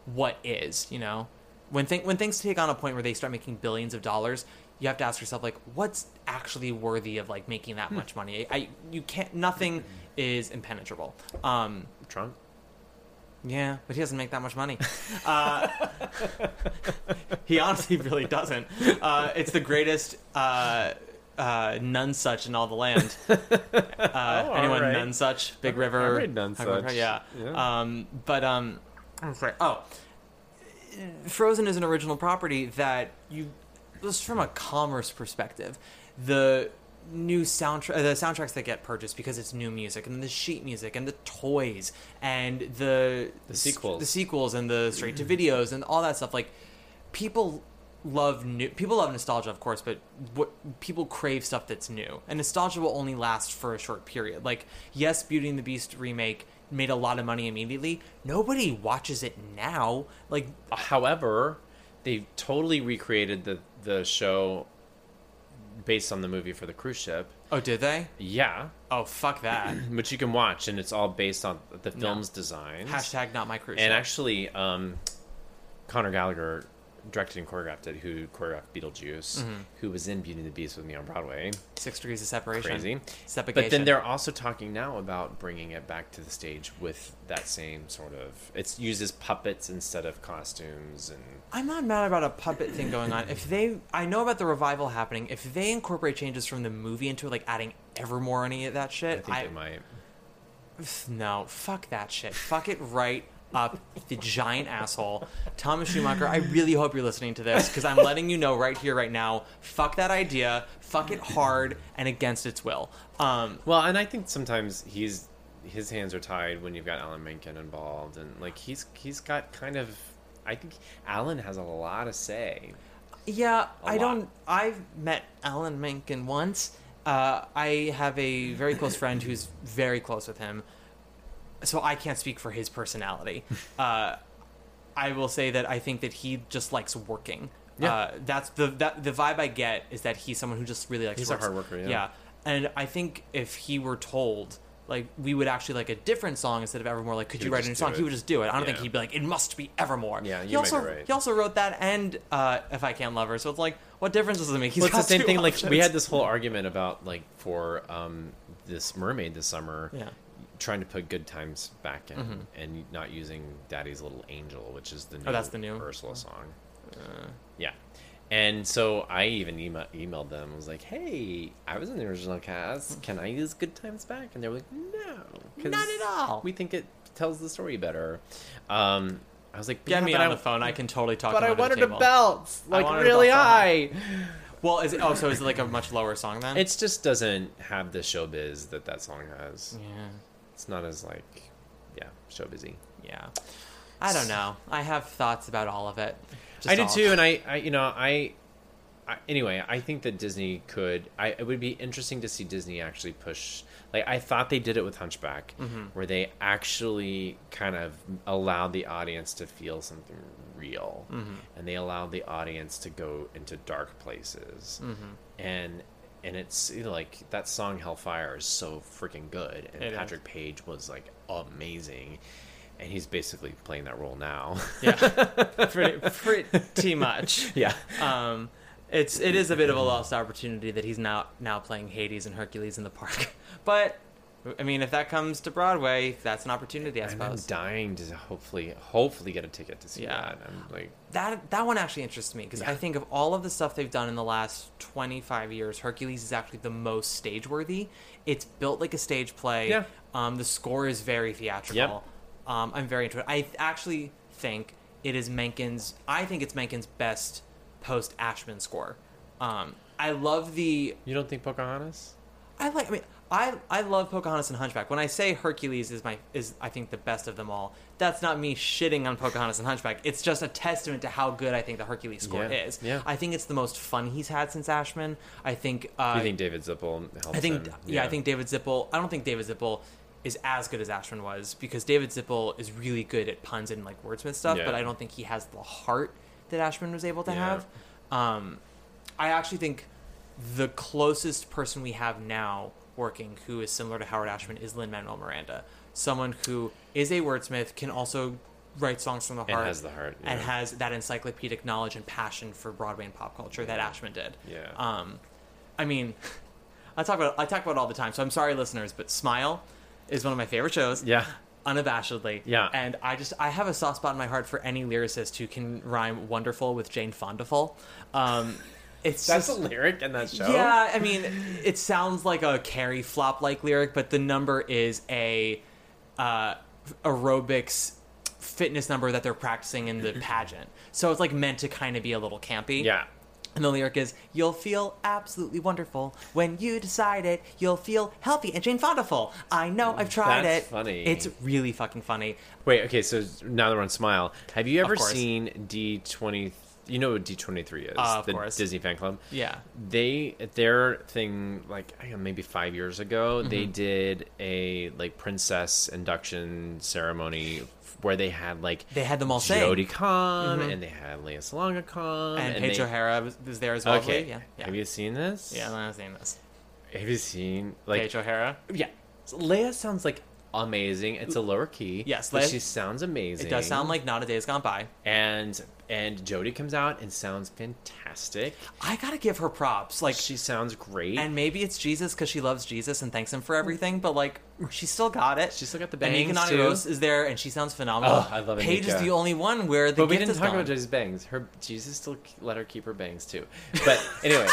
Speaker 2: what is, you know? When thing when things take on a point where they start making billions of dollars, you have to ask yourself like what's actually worthy of like making that much money i you can't nothing is impenetrable um
Speaker 3: Trump.
Speaker 2: yeah but he doesn't make that much money uh he honestly really doesn't uh it's the greatest uh uh, none such in all the land. Uh, anyone
Speaker 3: right.
Speaker 2: none such? Big
Speaker 3: I
Speaker 2: River.
Speaker 3: read None
Speaker 2: Huckleberry
Speaker 3: Such.
Speaker 2: Hound, Yeah.
Speaker 3: Yeah.
Speaker 2: Um, but um, I'm sorry. Oh, Frozen is an original property that you just from a commerce perspective, the new soundtrack the soundtracks that get purchased because it's new music and the sheet music and the toys and the the
Speaker 3: sequels.
Speaker 2: the sequels and the straight to videos and all that stuff like people love new people love nostalgia of course but what people crave stuff that's new and nostalgia will only last for a short period like yes beauty and the beast remake made a lot of money immediately nobody watches it now like
Speaker 3: However, they totally recreated the the show based on the movie for the cruise ship.
Speaker 2: oh did they
Speaker 3: Yeah,
Speaker 2: oh fuck that
Speaker 3: which you can watch, and it's all based on the film's design.
Speaker 2: Hashtag not my cruise. ship.
Speaker 3: And actually, um, Connor Gallagher directed and choreographed it, who choreographed Beetlejuice,
Speaker 2: Mm-hmm.
Speaker 3: who was in Beauty and the Beast with me on Broadway.
Speaker 2: six degrees of separation.
Speaker 3: Crazy.
Speaker 2: Sepagation.
Speaker 3: But then they're also talking now about bringing it back to the stage with that same sort of. It uses puppets instead of costumes, and
Speaker 2: I'm not mad about a puppet thing going on. If they, I know about the revival happening. If they incorporate changes from the movie into it, like adding Evermore or any of that
Speaker 3: I
Speaker 2: shit,
Speaker 3: think
Speaker 2: I,
Speaker 3: they might.
Speaker 2: no, fuck that shit. Fuck it right up the giant asshole, Thomas Schumacher. I really hope you're listening to this because I'm letting you know right here, right now. Fuck that idea. Fuck it hard and against its will. Um,
Speaker 3: Well, and I think sometimes he's his hands are tied when you've got Alan Menken involved, and like he's he's got kind of. I think Alan has a lot of say.
Speaker 2: Yeah, I
Speaker 3: lot.
Speaker 2: don't. I've met Alan Menken once. Uh, I have a very close friend who's very close with him, so I can't speak for his personality. Uh, I will say that I think that he just likes working.
Speaker 3: Yeah.
Speaker 2: Uh, that's the that, the vibe I get is that he's someone who just really likes.
Speaker 3: He's a
Speaker 2: works.
Speaker 3: hard worker, yeah.
Speaker 2: and I think if he were told. Like we would actually like a different song instead of Evermore. Like, could
Speaker 3: He
Speaker 2: you
Speaker 3: would
Speaker 2: write a
Speaker 3: just
Speaker 2: new song?
Speaker 3: do
Speaker 2: He
Speaker 3: it.
Speaker 2: would just do it. I don't think
Speaker 3: Yeah.
Speaker 2: he'd be like, it must be Evermore.
Speaker 3: Yeah,
Speaker 2: he
Speaker 3: you might be
Speaker 2: also
Speaker 3: right.
Speaker 2: he also wrote that and uh, If I Can't Love Her. So it's like, what difference does it make? He's
Speaker 3: Well, it's the
Speaker 2: got
Speaker 3: same
Speaker 2: two
Speaker 3: thing. Like we
Speaker 2: options.
Speaker 3: had this whole argument about like for um, this mermaid this summer,
Speaker 2: Yeah. Mm-hmm.
Speaker 3: trying to put good times back in and not using Daddy's Little Angel, which is the new
Speaker 2: Oh, that's the new- Uh.
Speaker 3: Ursula song. yeah, and so I even ema- emailed them. I was like, "Hey, I was in the original cast. Can I use Good Times back?" And they were like, "No, 'cause
Speaker 2: Mm-hmm. Not at all.
Speaker 3: We think it tells the story better." Um, I was like,
Speaker 2: Get
Speaker 3: "Yeah,
Speaker 2: me
Speaker 3: but
Speaker 2: on
Speaker 3: I-
Speaker 2: the phone. I can totally talk.
Speaker 3: But
Speaker 2: him
Speaker 3: I
Speaker 2: under the
Speaker 3: wanted a
Speaker 2: table.
Speaker 3: belt, like
Speaker 2: wanted a
Speaker 3: really
Speaker 2: belt.
Speaker 3: high.
Speaker 2: Well, is it? Oh, so is it like a much lower song then?
Speaker 3: It just doesn't have the showbiz that that song has.
Speaker 2: yeah,
Speaker 3: It's not as like, yeah, showbizy.
Speaker 2: yeah. I don't know. I have thoughts about all of it. Just
Speaker 3: I do
Speaker 2: all.
Speaker 3: too, and I, I you know, I, I, anyway, I think that Disney could. I it would be interesting to see Disney actually push. Like I thought they did it with Hunchback,
Speaker 2: Mm-hmm.
Speaker 3: where they actually kind of allowed the audience to feel something real,
Speaker 2: Mm-hmm.
Speaker 3: and they allowed the audience to go into dark places,
Speaker 2: Mm-hmm.
Speaker 3: and. And it's you know, like that song "Hellfire" is so freaking good, and
Speaker 2: It is.
Speaker 3: Patrick Page was like amazing, and he's basically playing that role now.
Speaker 2: pretty, pretty much.
Speaker 3: yeah,
Speaker 2: Um, it's it is a bit of a lost opportunity that he's now now playing Hades and Hercules in the park. But I mean, if that comes to Broadway, that's an opportunity, I
Speaker 3: And I'm
Speaker 2: suppose.
Speaker 3: dying to hopefully, hopefully get a ticket to see
Speaker 2: Yeah.
Speaker 3: that. I'm like,
Speaker 2: that that one actually interests me because I think of all of the stuff they've done in the last 25 years, Hercules is actually the most stage worthy. It's built like a stage play.
Speaker 3: Yeah.
Speaker 2: Um, the score is very theatrical. Um, I'm very into it. I th- actually think it is Menken's. I think it's Menken's best post Ashman score. Um, I love the
Speaker 3: you don't think Pocahontas?
Speaker 2: I like. I mean, I I love Pocahontas and Hunchback. When I say Hercules is my is I think the best of them all. That's not me shitting on Pocahontas and Hunchback. It's just a testament to how good I think the Hercules score
Speaker 3: Yeah,
Speaker 2: is.
Speaker 3: yeah.
Speaker 2: I think it's the most fun he's had since Ashman. I think. Uh,
Speaker 3: I think David Zippel helps
Speaker 2: I think
Speaker 3: him.
Speaker 2: yeah, I think David Zippel. I don't think David Zippel is as good as Ashman was because David Zippel is really good at puns and like wordsmith stuff,
Speaker 3: Yeah.
Speaker 2: but I don't think he has the heart that Ashman was able to
Speaker 3: Yeah.
Speaker 2: have. Um, I actually think the closest person we have now working who is similar to Howard Ashman is Lin Manuel Miranda, someone who is a wordsmith can also write songs from the heart
Speaker 3: has the heart,
Speaker 2: and
Speaker 3: yeah.
Speaker 2: has that encyclopedic knowledge and passion for Broadway and pop culture that Ashman did.
Speaker 3: Yeah.
Speaker 2: Um, I mean, I talk about I talk about it all the time. So I'm sorry, listeners, but Smile is one of my favorite shows.
Speaker 3: Yeah.
Speaker 2: Unabashedly.
Speaker 3: Yeah.
Speaker 2: And I just I have a soft spot in my heart for any lyricist who can rhyme wonderful with Jane Fondaful. Um, it's
Speaker 3: That's
Speaker 2: just,
Speaker 3: a lyric in that show.
Speaker 2: yeah, I mean, it sounds like a carry flop like lyric, but the number is a uh, aerobics fitness number that they're practicing in the pageant. So it's like meant to kind of be a little campy.
Speaker 3: Yeah.
Speaker 2: And the lyric is, "You'll feel absolutely wonderful when you decide it. You'll feel healthy and Jane Fondaful. I know I've tried
Speaker 3: That's
Speaker 2: it.
Speaker 3: funny.
Speaker 2: It's really fucking funny.
Speaker 3: Wait. Okay. So now that we're on Smile, have you ever
Speaker 2: course.
Speaker 3: seen D twenty? You know what D twenty three is?
Speaker 2: Uh, of
Speaker 3: the
Speaker 2: course.
Speaker 3: Disney fan club.
Speaker 2: Yeah.
Speaker 3: They their thing like I don't know, maybe five years ago they
Speaker 2: Mm-hmm.
Speaker 3: did a like princess induction ceremony where they had like
Speaker 2: They had them all sing. Mm-hmm.
Speaker 3: Jodie Khan and they had Leah Salonga Khan
Speaker 2: And,
Speaker 3: they-
Speaker 2: Paige O'Hara was, was there as well. I
Speaker 3: Okay.
Speaker 2: believe. Yeah. Yeah.
Speaker 3: Have you seen this?
Speaker 2: yeah. I'm saying this.
Speaker 3: Have you seen like
Speaker 2: Paige O'Hara.
Speaker 3: yeah? Leia sounds like amazing. It's a lower key.
Speaker 2: Yes,
Speaker 3: but
Speaker 2: Leia-
Speaker 3: she sounds amazing.
Speaker 2: It does sound like not a day's gone by.
Speaker 3: and and Jodie comes out and sounds fantastic.
Speaker 2: I gotta give her props. Like,
Speaker 3: She sounds great.
Speaker 2: and maybe it's Jesus because she loves Jesus and thanks him for everything. But like, she still got it.
Speaker 3: She still got the
Speaker 2: And
Speaker 3: bangs,
Speaker 2: Nika
Speaker 3: too.
Speaker 2: Rose is there, and she sounds phenomenal.
Speaker 3: Oh, I love
Speaker 2: Paige is
Speaker 3: Anika.
Speaker 2: the only one where the
Speaker 3: but we
Speaker 2: gift
Speaker 3: didn't
Speaker 2: is
Speaker 3: talk
Speaker 2: gone.
Speaker 3: about Jodie's bangs. Her Jesus still k- let her keep her bangs too. But anyway,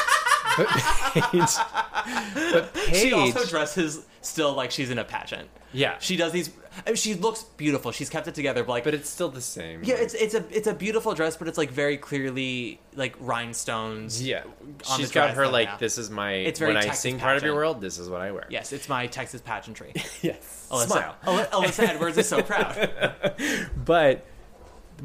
Speaker 3: but Paige, but Paige,
Speaker 2: She also dresses still like she's in a pageant.
Speaker 3: Yeah.
Speaker 2: she does these. I mean, she looks beautiful. She's kept it together, but like,
Speaker 3: but it's still the same.
Speaker 2: yeah,
Speaker 3: like-
Speaker 2: it's it's a it's a beautiful dress, but it's like very clearly like rhinestones.
Speaker 3: yeah.
Speaker 2: on
Speaker 3: She's
Speaker 2: the
Speaker 3: got
Speaker 2: dress,
Speaker 3: her
Speaker 2: though,
Speaker 3: like
Speaker 2: yeah.
Speaker 3: this is my
Speaker 2: It's very
Speaker 3: when I
Speaker 2: Texas
Speaker 3: sing part of your
Speaker 2: pageant.
Speaker 3: world. This is what I wear.
Speaker 2: Yes, it's my Texas pageantry.
Speaker 3: Yes.
Speaker 2: Alyssa,
Speaker 3: Smile.
Speaker 2: Al- Alyssa Edwards is so proud.
Speaker 3: But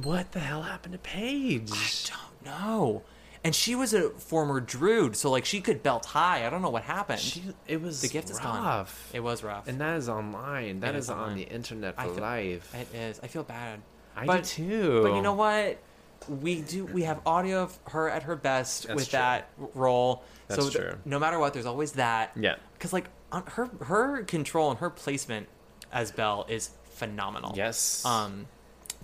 Speaker 3: what the hell happened to Paige?
Speaker 2: don't know. And she was a former Drood, so like she could belt high. I don't know what happened.
Speaker 3: it was
Speaker 2: the gift is gone.
Speaker 3: rough.
Speaker 2: It was rough.
Speaker 3: and that is online. That
Speaker 2: It
Speaker 3: is
Speaker 2: is
Speaker 3: on
Speaker 2: online.
Speaker 3: the internet for
Speaker 2: I feel-
Speaker 3: life.
Speaker 2: it is. I feel bad.
Speaker 3: I
Speaker 2: But-
Speaker 3: do too.
Speaker 2: But you know what? We do. We have audio of her at her best
Speaker 3: That's
Speaker 2: with
Speaker 3: true.
Speaker 2: that r- role. so
Speaker 3: That's
Speaker 2: th-
Speaker 3: true.
Speaker 2: no matter what, there's always that.
Speaker 3: Yeah.
Speaker 2: Because like on her her control and her placement as Belle is phenomenal.
Speaker 3: Yes.
Speaker 2: Um,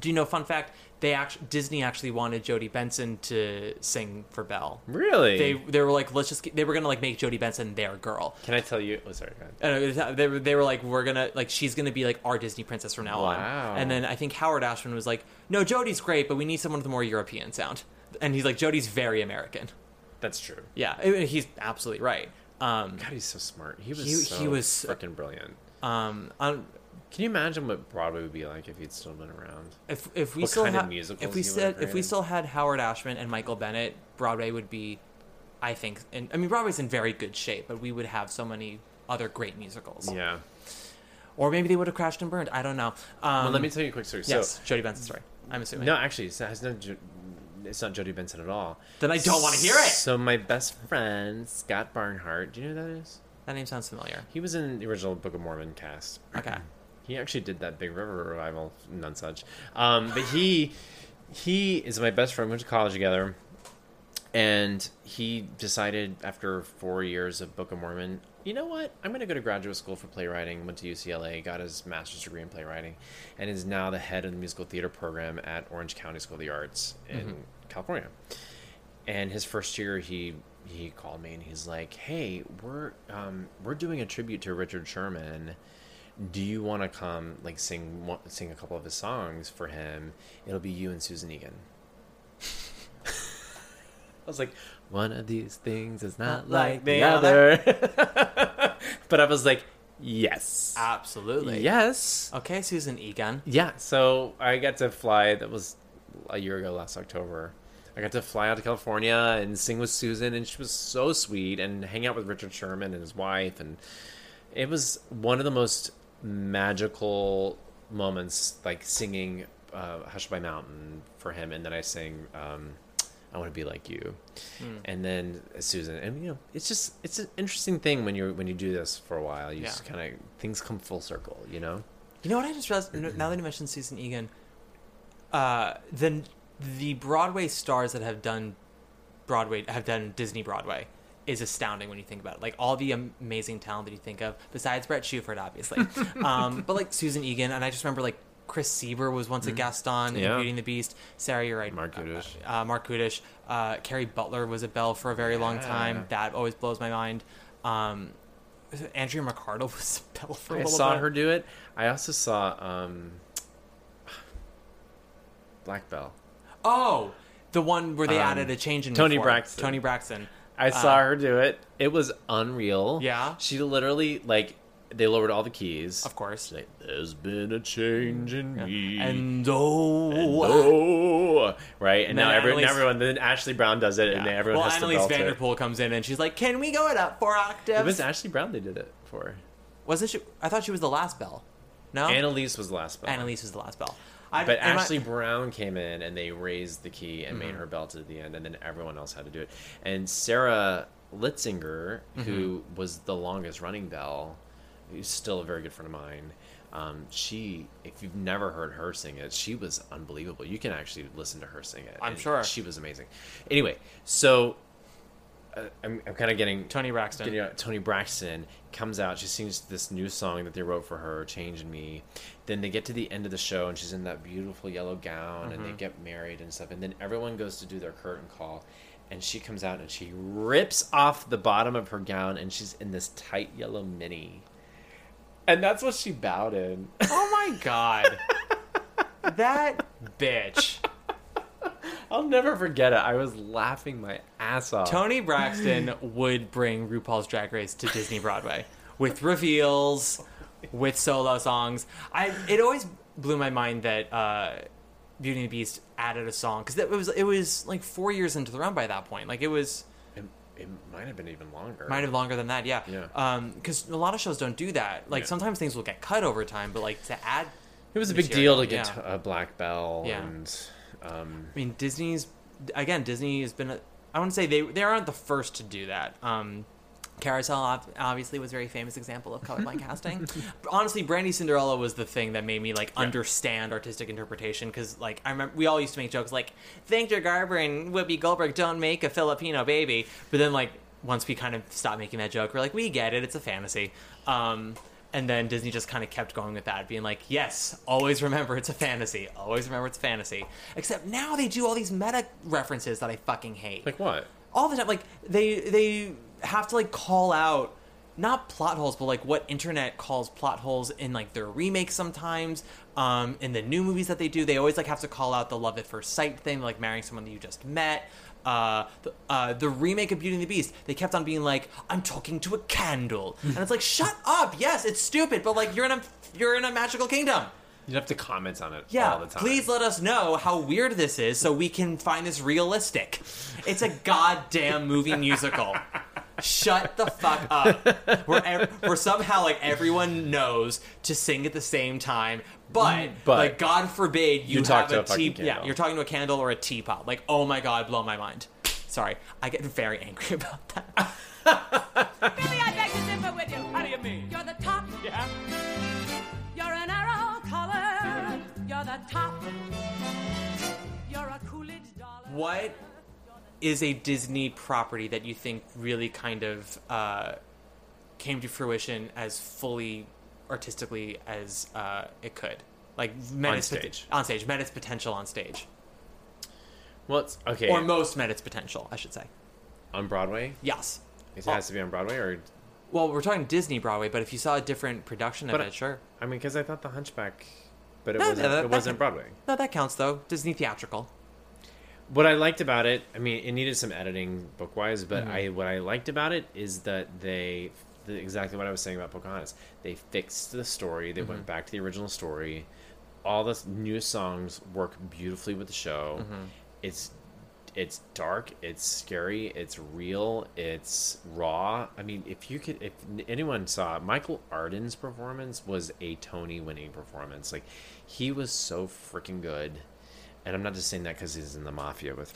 Speaker 2: do you know? Fun fact: They actually Disney actually wanted Jodie Benson to sing for Belle.
Speaker 3: Really?
Speaker 2: They they were like, let's just. get- They were gonna like make Jodie Benson their girl.
Speaker 3: Can I tell you? Oh, sorry. Go ahead.
Speaker 2: And it was- they were, they were like, we're gonna like she's gonna be like our Disney princess from now
Speaker 3: Wow.
Speaker 2: on. And then I think Howard Ashman was like, no, Jodie's great, but we need someone with a more European sound. And he's like, Jodie's very American.
Speaker 3: That's true.
Speaker 2: Yeah, I mean, he's absolutely right. Um,
Speaker 3: God, he's so smart. He was
Speaker 2: He-
Speaker 3: so
Speaker 2: he was-
Speaker 3: freaking brilliant.
Speaker 2: um, on,
Speaker 3: Can you imagine what Broadway would be like if he'd still been around?
Speaker 2: if if we
Speaker 3: What
Speaker 2: still
Speaker 3: kind of
Speaker 2: had
Speaker 3: musicals
Speaker 2: if we
Speaker 3: he would've
Speaker 2: said if we
Speaker 3: created?
Speaker 2: still had Howard Ashman and Michael Bennett, Broadway would be, I think, and I mean Broadway's in very good shape, but we would have so many other great musicals.
Speaker 3: Yeah.
Speaker 2: Or maybe they would have crashed and burned. I don't know. Um,
Speaker 3: Well, let me tell you a quick story.
Speaker 2: Yes,
Speaker 3: So,
Speaker 2: Jodie Benson. Sorry, I'm assuming.
Speaker 3: no, actually, it's not, it's not, Jo- it's not Jodie Benson at all.
Speaker 2: Then I don't wanna hear it!
Speaker 3: So my best friend Scott Barnhart. Do you know who that is?
Speaker 2: That name sounds familiar.
Speaker 3: He was in the original Book of Mormon cast.
Speaker 2: Okay.
Speaker 3: He actually did that Big River revival, none such. Um, but he he is my best friend. We went to college together, and he decided after four years of Book of Mormon, you know what? I'm going to go to graduate school for playwriting. Went to UCLA, got his master's degree in playwriting, and is now the head of the musical theater program at Orange County School of the Arts in California. And his first year, he he called me and he's like, "Hey, we're um, we're doing a tribute to Richard Sherman." do you want to come like sing one- sing a couple of his songs for him it'll be you and susan egan i was like one of these things is
Speaker 2: Uh,
Speaker 3: not like the other but i was like yes
Speaker 2: Absolutely.
Speaker 3: yes
Speaker 2: Okay, Susan Egan.
Speaker 3: yeah so i got to fly that was a year ago last october i got to fly out to california and sing with susan and she was so sweet and hang out with richard sherman and his wife and it was one of the most magical moments like singing uh, hush by mountain for him and then i sang um, i want to be like you and then susan and you know it's just it's an interesting thing when you're when you do this for a while you
Speaker 2: Yeah.
Speaker 3: just kind of things come full circle you know
Speaker 2: You know what I just realized? n- Now that you mentioned Susan Egan, uh, then the Broadway stars that have done Broadway have done Disney Broadway is astounding when you think about it. Like all the am- amazing talent that you think of, besides Brett Shuford, obviously, um, but like Susan Egan, and I just remember like Chris Sieber was once a guest on in
Speaker 3: Mm-hmm. Yeah.
Speaker 2: Beauty and the Beast. Sarah, you're right.
Speaker 3: Mark Kudisch.
Speaker 2: Uh, Mark Kudish. Uh, Carrie Butler was a Belle for a very long time. That always blows my mind. Um, Andrea McCardle was a Belle for a
Speaker 3: I
Speaker 2: little
Speaker 3: saw
Speaker 2: bit.
Speaker 3: her do it. I also saw um, Black Bell.
Speaker 2: Oh, the one where they
Speaker 3: Um,
Speaker 2: added a change in
Speaker 3: Tony
Speaker 2: before.
Speaker 3: Braxton.
Speaker 2: Tony Braxton.
Speaker 3: I saw her do it. It was unreal.
Speaker 2: Ah. Yeah?
Speaker 3: She literally like they lowered all the keys.
Speaker 2: Of course.
Speaker 3: She's like, There's been a change in me.
Speaker 2: And oh,
Speaker 3: And oh, right. And
Speaker 2: Then
Speaker 3: now, every, now
Speaker 2: Annalise-
Speaker 3: everyone. Then Ashley Brown does it, and
Speaker 2: Yeah.
Speaker 3: everyone
Speaker 2: well,
Speaker 3: has
Speaker 2: Annalise
Speaker 3: to belt it.
Speaker 2: Vanderpool comes in and she's like, "Can we go it up four octaves?"
Speaker 3: It was Ashley Brown they did it for.
Speaker 2: not she? I thought she was the last bell. No,
Speaker 3: Annalise was the last bell.
Speaker 2: Annalise was the last bell. I,
Speaker 3: But
Speaker 2: am I- Mm-hmm.
Speaker 3: Ashley Brown came in and they raised the key and made her belt at the end, and then everyone else had to do it. And Sarah Litzinger, who
Speaker 2: Mm-hmm.
Speaker 3: was the longest running bell, who's still a very good friend of mine, um, she, if you've never heard her sing it, she was unbelievable. You can actually listen to her sing it.
Speaker 2: I'm
Speaker 3: and
Speaker 2: sure.
Speaker 3: She was amazing. Anyway, so uh, I'm, I'm kind of getting
Speaker 2: Tony Braxton.
Speaker 3: getting out- Tony Braxton comes out. She sings this new song that they wrote for her, "Change in Me." Then they get to the end of the show, and she's in that beautiful yellow gown,
Speaker 2: Mm-hmm.
Speaker 3: and they get married and stuff. And then everyone goes to do their curtain call, and she comes out and she rips off the bottom of her gown, and she's in this tight yellow mini, and that's what she bowed in.
Speaker 2: oh my god, that bitch.
Speaker 3: I'll never forget it. I was laughing my ass off.
Speaker 2: Tony Braxton would bring RuPaul's Drag Race to Disney Broadway with reveals, with solo songs. I it always blew my mind that uh, Beauty and the Beast added a song because it was it was like four years into the run by that point. Like it was
Speaker 3: It, it might have been even longer.
Speaker 2: might have longer than that. Yeah,
Speaker 3: Yeah.
Speaker 2: Because a lot of shows don't do that. Like
Speaker 3: Yeah.
Speaker 2: sometimes things will get cut over time, but like to add,
Speaker 3: It was a big
Speaker 2: material,
Speaker 3: deal to get
Speaker 2: yeah.
Speaker 3: to a black bell
Speaker 2: Yeah.
Speaker 3: and
Speaker 2: I mean, Disney's again. Disney has been. a- I wouldn't say they they aren't the first to do that. Um, Carousel ob- obviously was a very famous example of colorblind casting. Honestly, Brandy Cinderella was the thing that made me like understand artistic interpretation because like I remember we all used to make jokes like Victor Garber and Whoopi Goldberg don't make a Filipino baby, but then like once we kind of stopped making that joke, we're like we get it, it's a fantasy. Um, and then Disney just kind of kept going with that, being like, yes, always remember it's a fantasy. Always remember it's fantasy. Except now they do all these meta references that I fucking hate
Speaker 3: Like what?
Speaker 2: all the time like they they have to like call out not plot holes but like what internet calls plot holes in like their remakes sometimes um in the new movies that they do they always like have to call out the love at first sight thing like marrying someone that you just met uh the, uh the remake of beauty and the beast they kept on being like i'm talking to a candle and it's like shut up yes it's stupid but like you're in a you're in a magical kingdom
Speaker 3: You'd have to comment on it
Speaker 2: yeah,
Speaker 3: all the time.
Speaker 2: please let us know how weird this is so we can find this realistic. It's a goddamn movie musical. Shut the fuck up. We're, ev- we're somehow like everyone knows to sing at the same time, but,
Speaker 3: Mm, but
Speaker 2: like God forbid you
Speaker 3: you talk
Speaker 2: have
Speaker 3: to
Speaker 2: a
Speaker 3: a fucking
Speaker 2: tea. Yeah,
Speaker 3: candle.
Speaker 2: you're talking to a candle or a teapot. Like, oh my god, blow my mind. Sorry, I get very angry about that.
Speaker 4: Really, I beg to differ with you. How do you mean? You're the top. Yeah. You're an arrow collar. You're the top. You're a Coolidge dollar.
Speaker 2: What is a Disney property that you think really kind of uh, came to fruition as fully artistically as uh, it could? Like met
Speaker 3: On
Speaker 2: its pot-
Speaker 3: stage.
Speaker 2: on stage, met its potential on stage,
Speaker 3: Well, it's, okay.
Speaker 2: or most met its potential, I should say.
Speaker 3: on Broadway,
Speaker 2: Yes.
Speaker 3: it has to be on Broadway, or
Speaker 2: Well, we're talking Disney Broadway, but if you saw a different production of
Speaker 3: But-
Speaker 2: it, sure.
Speaker 3: I mean, because I thought The Hunchback, but it
Speaker 2: No,
Speaker 3: wasn't.
Speaker 2: no, that-
Speaker 3: it wasn't Broadway.
Speaker 2: No, that counts though. Disney theatrical.
Speaker 3: What I liked about it, I mean, it needed some editing book wise, but
Speaker 2: Mm-hmm.
Speaker 3: I what I liked about it is that they the, exactly what I was saying about Pocahontas. They fixed the story. They
Speaker 2: Mm-hmm.
Speaker 3: went back to the original story. All the newest songs work beautifully with the show.
Speaker 2: Mm-hmm.
Speaker 3: It's it's dark. It's scary. It's real. It's raw. I mean, if you could, if anyone saw Michael Arden's performance was a Tony winning performance. Like, he was so freaking good. And I'm not just saying that because he's in the mafia with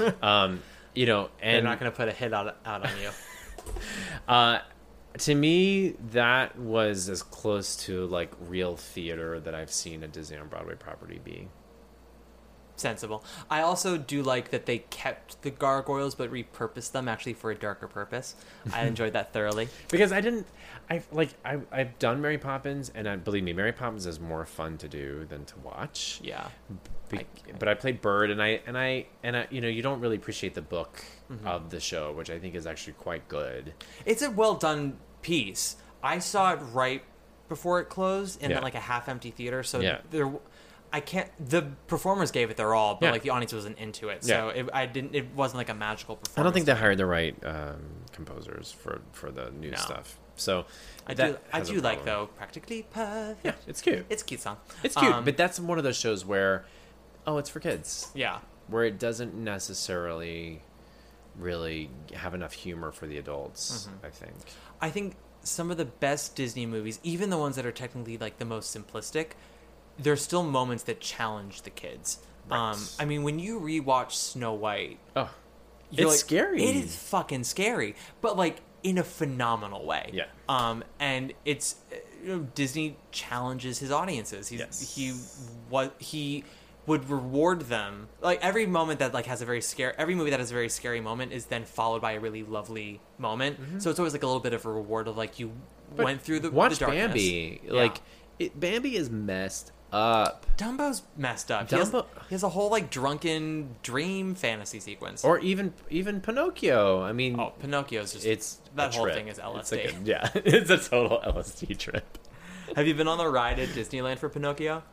Speaker 3: me. um, you know,
Speaker 2: They're
Speaker 3: and
Speaker 2: not going to put a hit out, out on you.
Speaker 3: uh, to me, that was as close to like real theater that I've seen a Disney on Broadway property be.
Speaker 2: sensible. I also do like that they kept the gargoyles but repurposed them actually for a darker purpose. I enjoyed that thoroughly.
Speaker 3: because I didn't. I like I I've done Mary Poppins, and I, believe me, Mary Poppins is more fun to do than to watch.
Speaker 2: Yeah.
Speaker 3: Be- but I played Bird, and I and I and I you know you don't really appreciate the book
Speaker 2: Mm-hmm.
Speaker 3: of the show, which I think is actually quite good.
Speaker 2: It's a well done piece. I saw it right before it closed in
Speaker 3: Yeah.
Speaker 2: like a half empty theater, so
Speaker 3: Yeah.
Speaker 2: there I can't the performers gave it their all, but
Speaker 3: Yeah.
Speaker 2: like the audience wasn't into it. So it, I didn't it wasn't like a magical performance.
Speaker 3: I don't think they hired the right um, composers for for the new
Speaker 2: No.
Speaker 3: stuff. So
Speaker 2: I do
Speaker 3: that
Speaker 2: I
Speaker 3: has a
Speaker 2: do like
Speaker 3: problem.
Speaker 2: though practically perfect.
Speaker 3: Yeah, it's cute.
Speaker 2: It's a cute song.
Speaker 3: It's cute,
Speaker 2: Um,
Speaker 3: but that's one of those shows where, oh, it's for kids.
Speaker 2: yeah.
Speaker 3: where it doesn't necessarily really have enough humor for the adults.
Speaker 2: Mm-hmm.
Speaker 3: I think.
Speaker 2: I think some of the best Disney movies, even the ones that are technically like the most simplistic, there's still moments that challenge the kids. Um, I mean, when you rewatch Snow White,
Speaker 3: Oh,
Speaker 2: you're
Speaker 3: It's
Speaker 2: like,
Speaker 3: scary.
Speaker 2: It is fucking scary, but like in a phenomenal way.
Speaker 3: Yeah.
Speaker 2: Um, and it's uh, you know, Disney challenges his audiences. He's,
Speaker 3: Yes.
Speaker 2: He was he would reward them like every moment that like has a very scary every movie that has a very scary moment is then followed by a really lovely moment. So it's always like a little bit of a reward of like you went through the
Speaker 3: Mm-hmm. watch
Speaker 2: the darkness.
Speaker 3: Bambi.
Speaker 2: Yeah.
Speaker 3: Like it, Bambi is messed up,
Speaker 2: Dumbo's messed up. He has-
Speaker 3: Dumbo-
Speaker 2: he has a whole like drunken dream fantasy sequence.
Speaker 3: or even even Pinocchio. I mean,
Speaker 2: Oh, Pinocchio's just
Speaker 3: it's
Speaker 2: that
Speaker 3: a
Speaker 2: whole
Speaker 3: trip.
Speaker 2: thing is LSD.
Speaker 3: It's like a- yeah, it's a total LSD trip.
Speaker 2: Have you been on the ride at Disneyland for Pinocchio?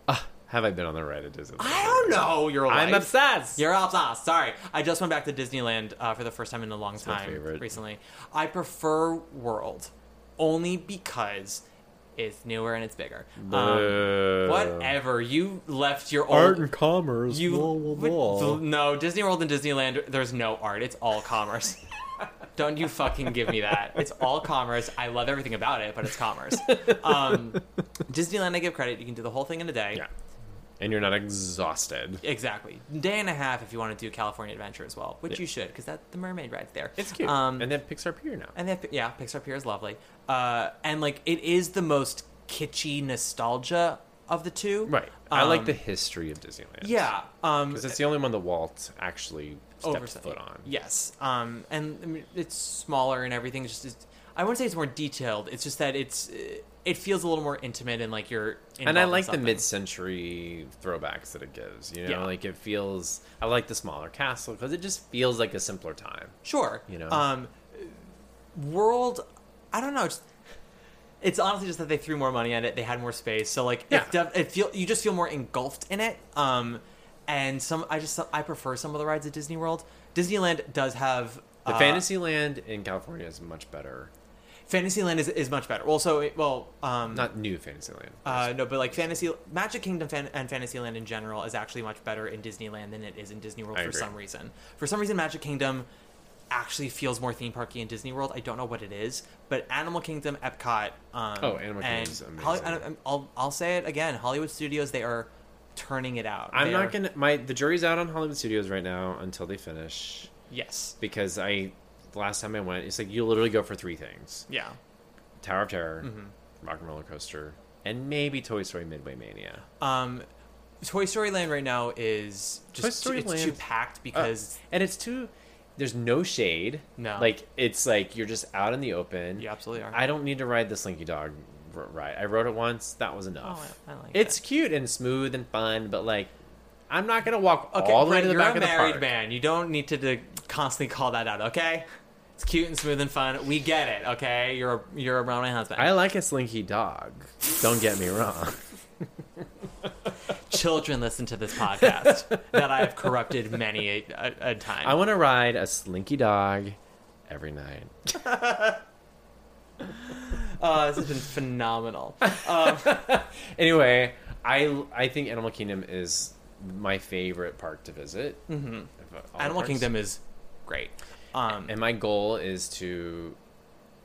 Speaker 3: Have I been on the right? It doesn't.
Speaker 2: I don't know. You're
Speaker 3: I'm
Speaker 2: life.
Speaker 3: obsessed.
Speaker 2: You're obsessed. Sorry, I just went back to Disneyland uh, for the first time in a long
Speaker 3: my
Speaker 2: time
Speaker 3: favorite.
Speaker 2: recently. I prefer World only because it's newer and it's bigger. Um,
Speaker 3: Uh,
Speaker 2: whatever. You left your
Speaker 3: Art
Speaker 2: old
Speaker 3: and commerce.
Speaker 2: you
Speaker 3: whoa, whoa,
Speaker 2: but-
Speaker 3: whoa.
Speaker 2: no Disney World and Disneyland. There's no art. It's all commerce. Don't you fucking give me that. It's all commerce. I love everything about it, but it's commerce. Um, Disneyland, I give credit. You can do the whole thing in a day.
Speaker 3: Yeah. and you're not exhausted.
Speaker 2: Exactly. Day and a half if you want to do California Adventure as well, which you should because that the mermaid ride's there.
Speaker 3: It's cute.
Speaker 2: Um,
Speaker 3: and then Pixar Pier now.
Speaker 2: and they have, yeah, Pixar Pier is lovely. Uh, and like it is the most kitschy nostalgia of the two.
Speaker 3: right. I like
Speaker 2: Um,
Speaker 3: the history of Disneyland.
Speaker 2: Yeah. Um,
Speaker 3: Because it's the only one the Walt actually steps
Speaker 2: oversight.
Speaker 3: foot on.
Speaker 2: Yes, um, and I mean, it's smaller and everything. It's just it's, I wouldn't say it's more detailed. It's just that it's uh, it feels a little more intimate and like you're.
Speaker 3: And I
Speaker 2: involved in
Speaker 3: like the
Speaker 2: something.
Speaker 3: mid-century throwbacks that it gives. You know,
Speaker 2: Yeah.
Speaker 3: like it feels. I like the smaller castle because it just feels like a simpler time.
Speaker 2: Sure.
Speaker 3: You know?
Speaker 2: Um, world, I don't know. It's, it's honestly just that they threw more money at it. They had more space, so like
Speaker 3: Yeah.
Speaker 2: it, def- it feel you just feel more engulfed in it. Um, and some I just I prefer some of the rides at Disney World. Disneyland does have
Speaker 3: The
Speaker 2: uh,
Speaker 3: Fantasyland in California is much better.
Speaker 2: Fantasyland is, is much better. Also, it, well, um,
Speaker 3: Not new Fantasyland.
Speaker 2: Uh, no, but like fantasy, Magic Kingdom fan- and Fantasyland in general is actually much better in Disneyland than it is in Disney World
Speaker 3: I
Speaker 2: for
Speaker 3: agree.
Speaker 2: some reason. For some reason, Magic Kingdom actually feels more theme parky in Disney World. I don't know what it is, but Animal Kingdom, Epcot, um,
Speaker 3: Oh, Animal Kingdom
Speaker 2: and
Speaker 3: is amazing.
Speaker 2: Holly- I, I'm- I'll I'll say it again. Hollywood Studios, they are turning it out.
Speaker 3: I'm
Speaker 2: They are-
Speaker 3: not gonna. My the jury's out on Hollywood Studios right now until they finish
Speaker 2: Yes.
Speaker 3: because I last time I went, it's like you literally go for three things:
Speaker 2: Yeah.
Speaker 3: Tower of Terror,
Speaker 2: Mm-hmm.
Speaker 3: Rock and Roller Coaster, and maybe Toy Story Midway Mania.
Speaker 2: Um, Toy Story Land right now is
Speaker 3: Toy
Speaker 2: just
Speaker 3: Story
Speaker 2: too, it's too
Speaker 3: Land-
Speaker 2: packed because
Speaker 3: Uh, and it's too. There's no shade.
Speaker 2: No.
Speaker 3: Like it's like you're just out in the open.
Speaker 2: You absolutely are.
Speaker 3: I don't need to ride the Slinky Dog r- ride. I rode it once. That was enough.
Speaker 2: Oh, I- I like
Speaker 3: it's cute and smooth and fun, but like, I'm not gonna walk
Speaker 2: Okay,
Speaker 3: all the way
Speaker 2: Brent,
Speaker 3: to the
Speaker 2: you're
Speaker 3: back
Speaker 2: a
Speaker 3: of the
Speaker 2: married
Speaker 3: park.
Speaker 2: man. You don't need to, to constantly call that out. Okay, it's cute and smooth and fun. We get it. Okay, you're a, you're around my husband.
Speaker 3: I like a Slinky Dog. Don't get me wrong.
Speaker 2: Children listen to this podcast that I have corrupted many a, a, a time.
Speaker 3: I want to ride a Slinky Dog every night.
Speaker 2: uh, this has been phenomenal.
Speaker 3: Anyway, I I think Animal Kingdom is my favorite park to visit. Mm-hmm.
Speaker 2: Animal Kingdom is great. Um,
Speaker 3: and my goal is to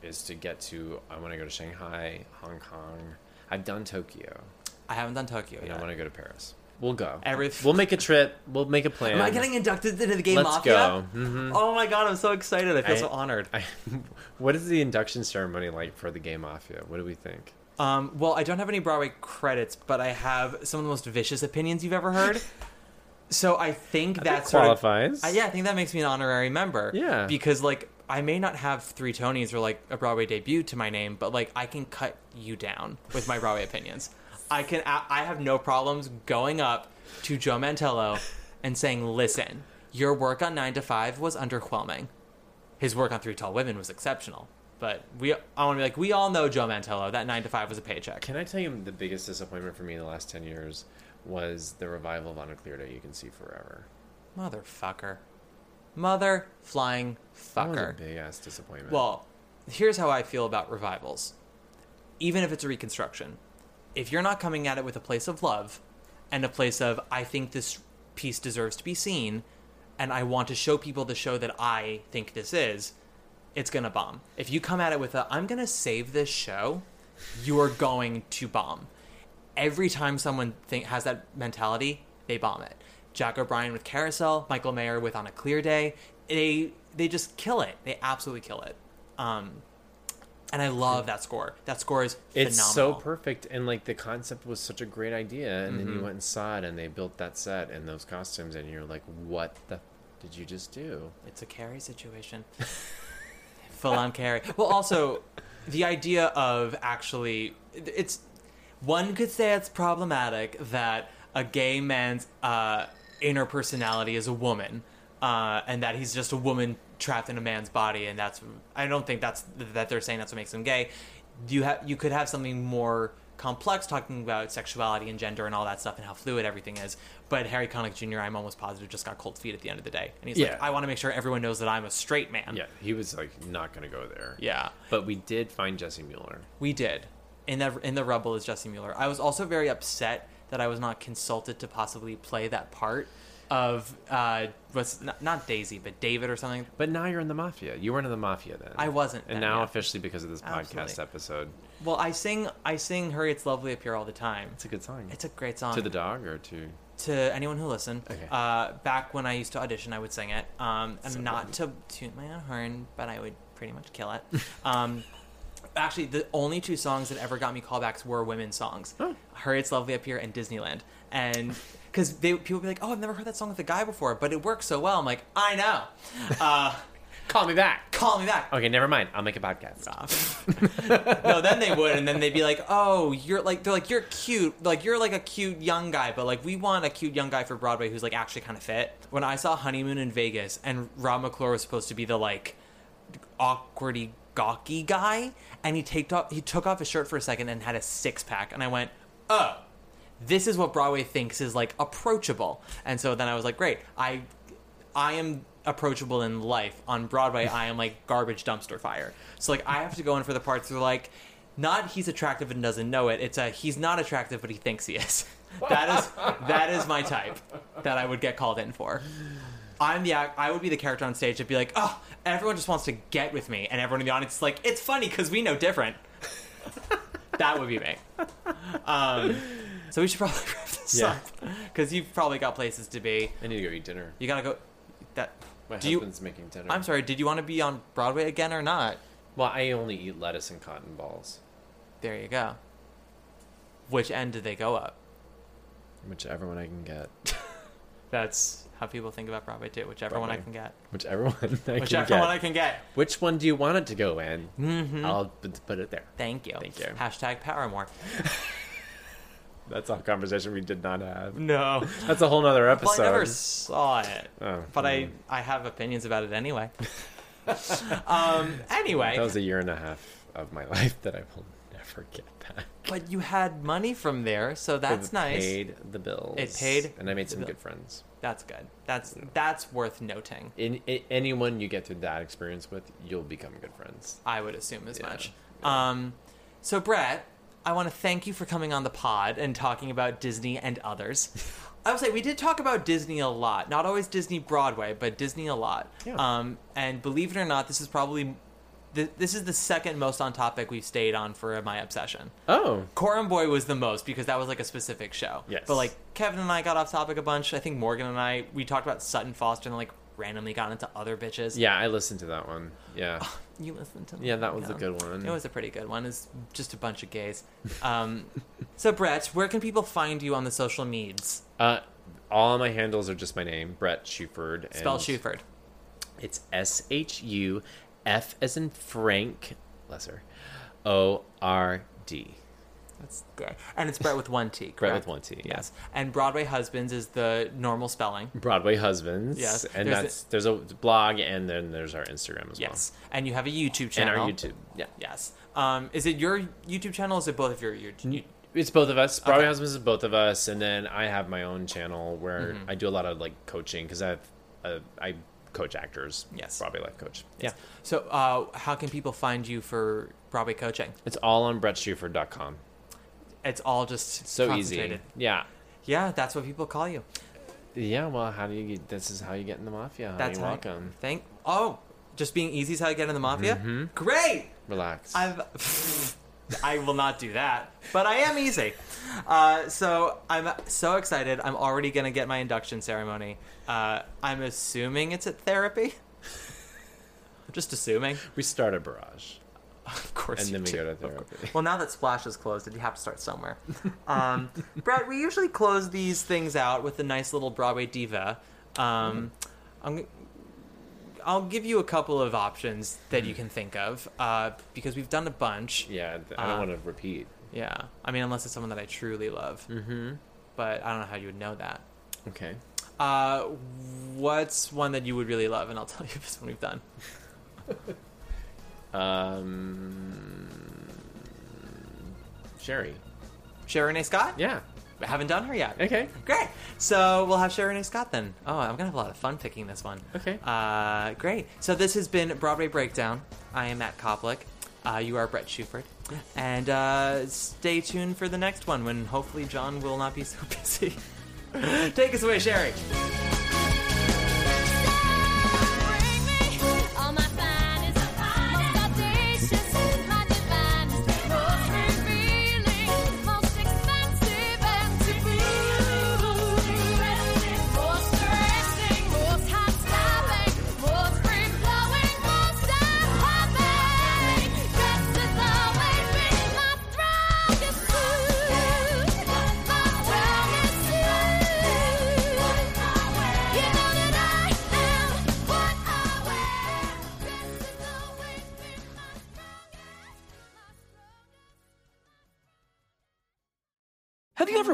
Speaker 3: is to get to. I want to go to Shanghai, Hong Kong. I've done Tokyo,
Speaker 2: I haven't done Tokyo
Speaker 3: and
Speaker 2: yet.
Speaker 3: I want to go to Paris. We'll go.
Speaker 2: Every-
Speaker 3: we'll make a trip. We'll make a plan.
Speaker 2: Am I getting inducted into the game
Speaker 3: Let's
Speaker 2: Mafia?
Speaker 3: go. Mm-hmm.
Speaker 2: Oh my god, I'm so excited! I feel
Speaker 3: I-
Speaker 2: so honored.
Speaker 3: I- what is the induction ceremony like for the Gay Mafia? What do we think?
Speaker 2: Um, well, I don't have any Broadway credits, but I have some of the most vicious opinions you've ever heard. So I think that sort of-
Speaker 3: qualifies.
Speaker 2: Uh, yeah, I think that makes me an honorary member.
Speaker 3: Yeah.
Speaker 2: because like I may not have three Tonys or like a Broadway debut to my name, but like I can cut you down with my Broadway opinions. I can. I, I have no problems going up to Joe Mantello and saying, "Listen, your work on Nine to Five was underwhelming. His work on Three Tall Women was exceptional." But we, I want to be like, we all know Joe Mantello. That nine to five was a paycheck.
Speaker 3: Can I tell you the biggest disappointment for me in the last 10 years was the revival of On a Clear Day You Can See Forever?
Speaker 2: Motherfucker. Mother flying
Speaker 3: That was a
Speaker 2: fucker.
Speaker 3: big ass disappointment.
Speaker 2: Well, here's how I feel about revivals. Even if it's a reconstruction, if you're not coming at it with a place of love and a place of, I think this piece deserves to be seen and I want to show people the show that I think this is, it's going to bomb. If you come at it with a, I'm going to save this show, you are going to bomb. Every time someone think, has that mentality, they bomb it. Jack O'Brien with Carousel, Michael Mayer with On a Clear Day, they they just kill it. They absolutely kill it. Um, and I love that score. That score is
Speaker 3: it's
Speaker 2: phenomenal.
Speaker 3: so perfect. And like the concept was such a great idea. And then you went and saw it and they built that set and those costumes. And you're like, what the f- did you just do?
Speaker 2: It's a carry situation. Full on carry. Well, also, the idea of actually, it's one could say it's problematic that a gay man's uh, inner personality is a woman, uh, and that he's just a woman trapped in a man's body, and that's I don't think that's that they're saying that's what makes him gay. You have you could have something more complex talking about sexuality and gender and all that stuff and how fluid everything is. But Harry Connick Jr. I'm almost positive just got cold feet at the end of the day, and he's
Speaker 3: Yeah.
Speaker 2: like, I want to make sure everyone knows that I'm a straight man.
Speaker 3: Yeah, he was like not going to go there.
Speaker 2: Yeah.
Speaker 3: But we did find Jesse Mueller.
Speaker 2: We did. In the in the rubble is Jesse Mueller. I was also very upset that I was not consulted to possibly play that part of uh, was not, not Daisy, but David or something.
Speaker 3: But now you're in the mafia. You weren't in the mafia then.
Speaker 2: I wasn't
Speaker 3: And
Speaker 2: then,
Speaker 3: now
Speaker 2: yeah.
Speaker 3: officially because of this podcast
Speaker 2: Absolutely.
Speaker 3: episode,
Speaker 2: Well, I sing, I sing "Hurry, It's Lovely Up Here" all the time.
Speaker 3: it's a good song.
Speaker 2: It's a great song.
Speaker 3: to the dog or to
Speaker 2: to anyone who listened.
Speaker 3: Okay.
Speaker 2: Uh, back when I used to audition, I would sing it. Um, and not to toot my own horn, but I would pretty much kill it. um, actually, the only two songs that ever got me callbacks were women's songs Hurry It's Lovely Up Here and Disneyland. And because people would be like, oh, I've never heard that song with a guy before, but it works so well. I'm like, I know. Uh,
Speaker 3: call me back.
Speaker 2: call me back.
Speaker 3: Okay, never mind. I'll make a podcast.
Speaker 2: no, then they would, and then they'd be like, "Oh, you're like they're like you're cute, like you're like a cute young guy, but like we want a cute young guy for Broadway who's like actually kind of fit." When I saw Honeymoon in Vegas, and Rob McClure was supposed to be the like awkwardy gawky guy, and he taked off he took off his shirt for a second and had a six pack, and I went, "Oh, this is what Broadway thinks is like approachable." And so then I was like, "Great, I I am approachable in life. On Broadway, I am like garbage dumpster fire. So like I have to go in for the parts that are like not he's attractive and doesn't know it. It's a he's not attractive but he thinks he is. that is that is my type that I would get called in for. I'm the act- I would be the character on stage that'd be like, oh, everyone just wants to get with me, and everyone in the audience is like, it's funny because we know different. that would be me. Um, so we should probably wrap this
Speaker 3: Yeah.
Speaker 2: up because you've probably got places to be.
Speaker 3: I need to go eat dinner.
Speaker 2: You gotta go. That
Speaker 3: My
Speaker 2: do you?
Speaker 3: husband's making dinner.
Speaker 2: I'm sorry. Did you want to be on Broadway again or not?
Speaker 3: Well, I only eat lettuce and cotton balls,
Speaker 2: There you go. Which end do they go up?
Speaker 3: whichever one I can get.
Speaker 2: That's how people think about Broadway too. Whichever one I
Speaker 3: Broadway.
Speaker 2: can get.
Speaker 3: Whichever one I
Speaker 2: Whichever
Speaker 3: can get.
Speaker 2: one I can get.
Speaker 3: Which one do you want it to go in? Mm-hmm. I'll p- put it there.
Speaker 2: Thank you.
Speaker 3: Thank you.
Speaker 2: Hashtag Paramore.
Speaker 3: That's a conversation we did not have.
Speaker 2: No.
Speaker 3: That's a whole nother
Speaker 2: Well,
Speaker 3: episode.
Speaker 2: I never saw it,
Speaker 3: Oh,
Speaker 2: but I I have opinions about it anyway. um. Anyway,
Speaker 3: That was a year and a half of my life that I will never get back.
Speaker 2: but you had money from there, so that's
Speaker 3: It
Speaker 2: nice.
Speaker 3: Paid the bills.
Speaker 2: It paid
Speaker 3: and I made some
Speaker 2: the bill-
Speaker 3: good friends.
Speaker 2: That's good. That's that's worth noting.
Speaker 3: In, in anyone you get through that experience with, you'll become good friends.
Speaker 2: I would assume as
Speaker 3: Yeah,
Speaker 2: much. Um, so Brett, I want to thank you for coming on the pod and talking about Disney and others. I would say we did talk about Disney a lot, not always Disney Broadway, but Disney a lot.
Speaker 3: Yeah.
Speaker 2: Um, and believe it or not, this is probably th- this is the second most on topic we've stayed on for my obsession.
Speaker 3: Oh,
Speaker 2: Corum Boy was the most because that was like a specific show.
Speaker 3: Yes.
Speaker 2: But like Kevin and I got off topic a bunch. I think Morgan and I we talked about Sutton Foster and like randomly got into other bitches.
Speaker 3: yeah, I listened to that one. Yeah,
Speaker 2: You listened to
Speaker 3: Yeah, that was a good one.
Speaker 2: It was a pretty good one. It's just a bunch of gays. Um, so, Brett, where can people find you on the social meds?
Speaker 3: uh, all my handles are just my name, Brett Shuford. and-
Speaker 2: Spell Shuford.
Speaker 3: It's S H U F as in Frank Lesser O R D.
Speaker 2: That's gay. And it's Brett with one T.
Speaker 3: Brett
Speaker 2: correct?
Speaker 3: with one T.
Speaker 2: Yes. And Broadway Husbands is the normal spelling.
Speaker 3: Broadway husbands.
Speaker 2: Yes,
Speaker 3: and
Speaker 2: there's
Speaker 3: that's there's a blog and then there's our Instagram as
Speaker 2: Yes. And you have a YouTube
Speaker 3: well.
Speaker 2: channel.
Speaker 3: And our YouTube. Yeah.
Speaker 2: Yes. Um, is it your YouTube channel? Or is it both of your
Speaker 3: Mm-hmm.
Speaker 2: YouTube?
Speaker 3: It's both of us. Broadway Husbands is both of us, and then I have my own channel where
Speaker 2: Mm-hmm.
Speaker 3: I do a lot of like coaching because I've uh, I coach actors.
Speaker 2: Yes.
Speaker 3: Broadway life coach.
Speaker 2: Yeah. So, uh, how can people find you for Broadway coaching?
Speaker 3: it's all on brettschuford.com.
Speaker 2: It's all just
Speaker 3: So easy.
Speaker 2: concentrated.
Speaker 3: Yeah.
Speaker 2: Yeah, that's what people call you.
Speaker 3: Yeah. Well, how do you? Get, this is how you get in the mafia. That's
Speaker 2: That's
Speaker 3: You're
Speaker 2: how-
Speaker 3: welcome.
Speaker 2: Thank. Oh, just being easy is how I get in the mafia. Great.
Speaker 3: Relax.
Speaker 2: I've. I will not do that, but I am easy. Uh, so I'm so excited. I'm already gonna get my induction ceremony. Uh, I'm assuming it's at therapy. just assuming.
Speaker 3: we start a barrage.
Speaker 2: Of course.
Speaker 3: and
Speaker 2: you
Speaker 3: then we
Speaker 2: do.
Speaker 3: go to therapy.
Speaker 2: Well, now that Splash is closed, you have to start somewhere. Um, Brett, we usually close these things out with a nice little Broadway diva.
Speaker 3: Mm-hmm.
Speaker 2: Um, I'm, I'll give you a couple of options that you can think of uh, because we've done a bunch.
Speaker 3: Mm. Yeah, th- I don't
Speaker 2: Uh,
Speaker 3: want to repeat.
Speaker 2: Yeah. I mean, unless it's someone that I truly love. Mm-hmm. But I don't know how you would know that.
Speaker 3: Okay.
Speaker 2: Uh, what's one that you would really love? And I'll tell you if it's one we've done.
Speaker 3: Um, Sherry.
Speaker 2: Sharon A. Scott?
Speaker 3: Yeah.
Speaker 2: I haven't done her yet.
Speaker 3: Okay.
Speaker 2: Great. So we'll have Sharon A. Scott then. Oh, I'm gonna have a lot of fun picking this one.
Speaker 3: Okay.
Speaker 2: Uh, great. So this has been Broadway Breakdown. I am Matt Koplik. Uh, you are Brett Shuford. And uh, stay tuned for the next one when hopefully John will not be so busy. Take us away, Sherry.
Speaker 5: Thank
Speaker 6: Have you ever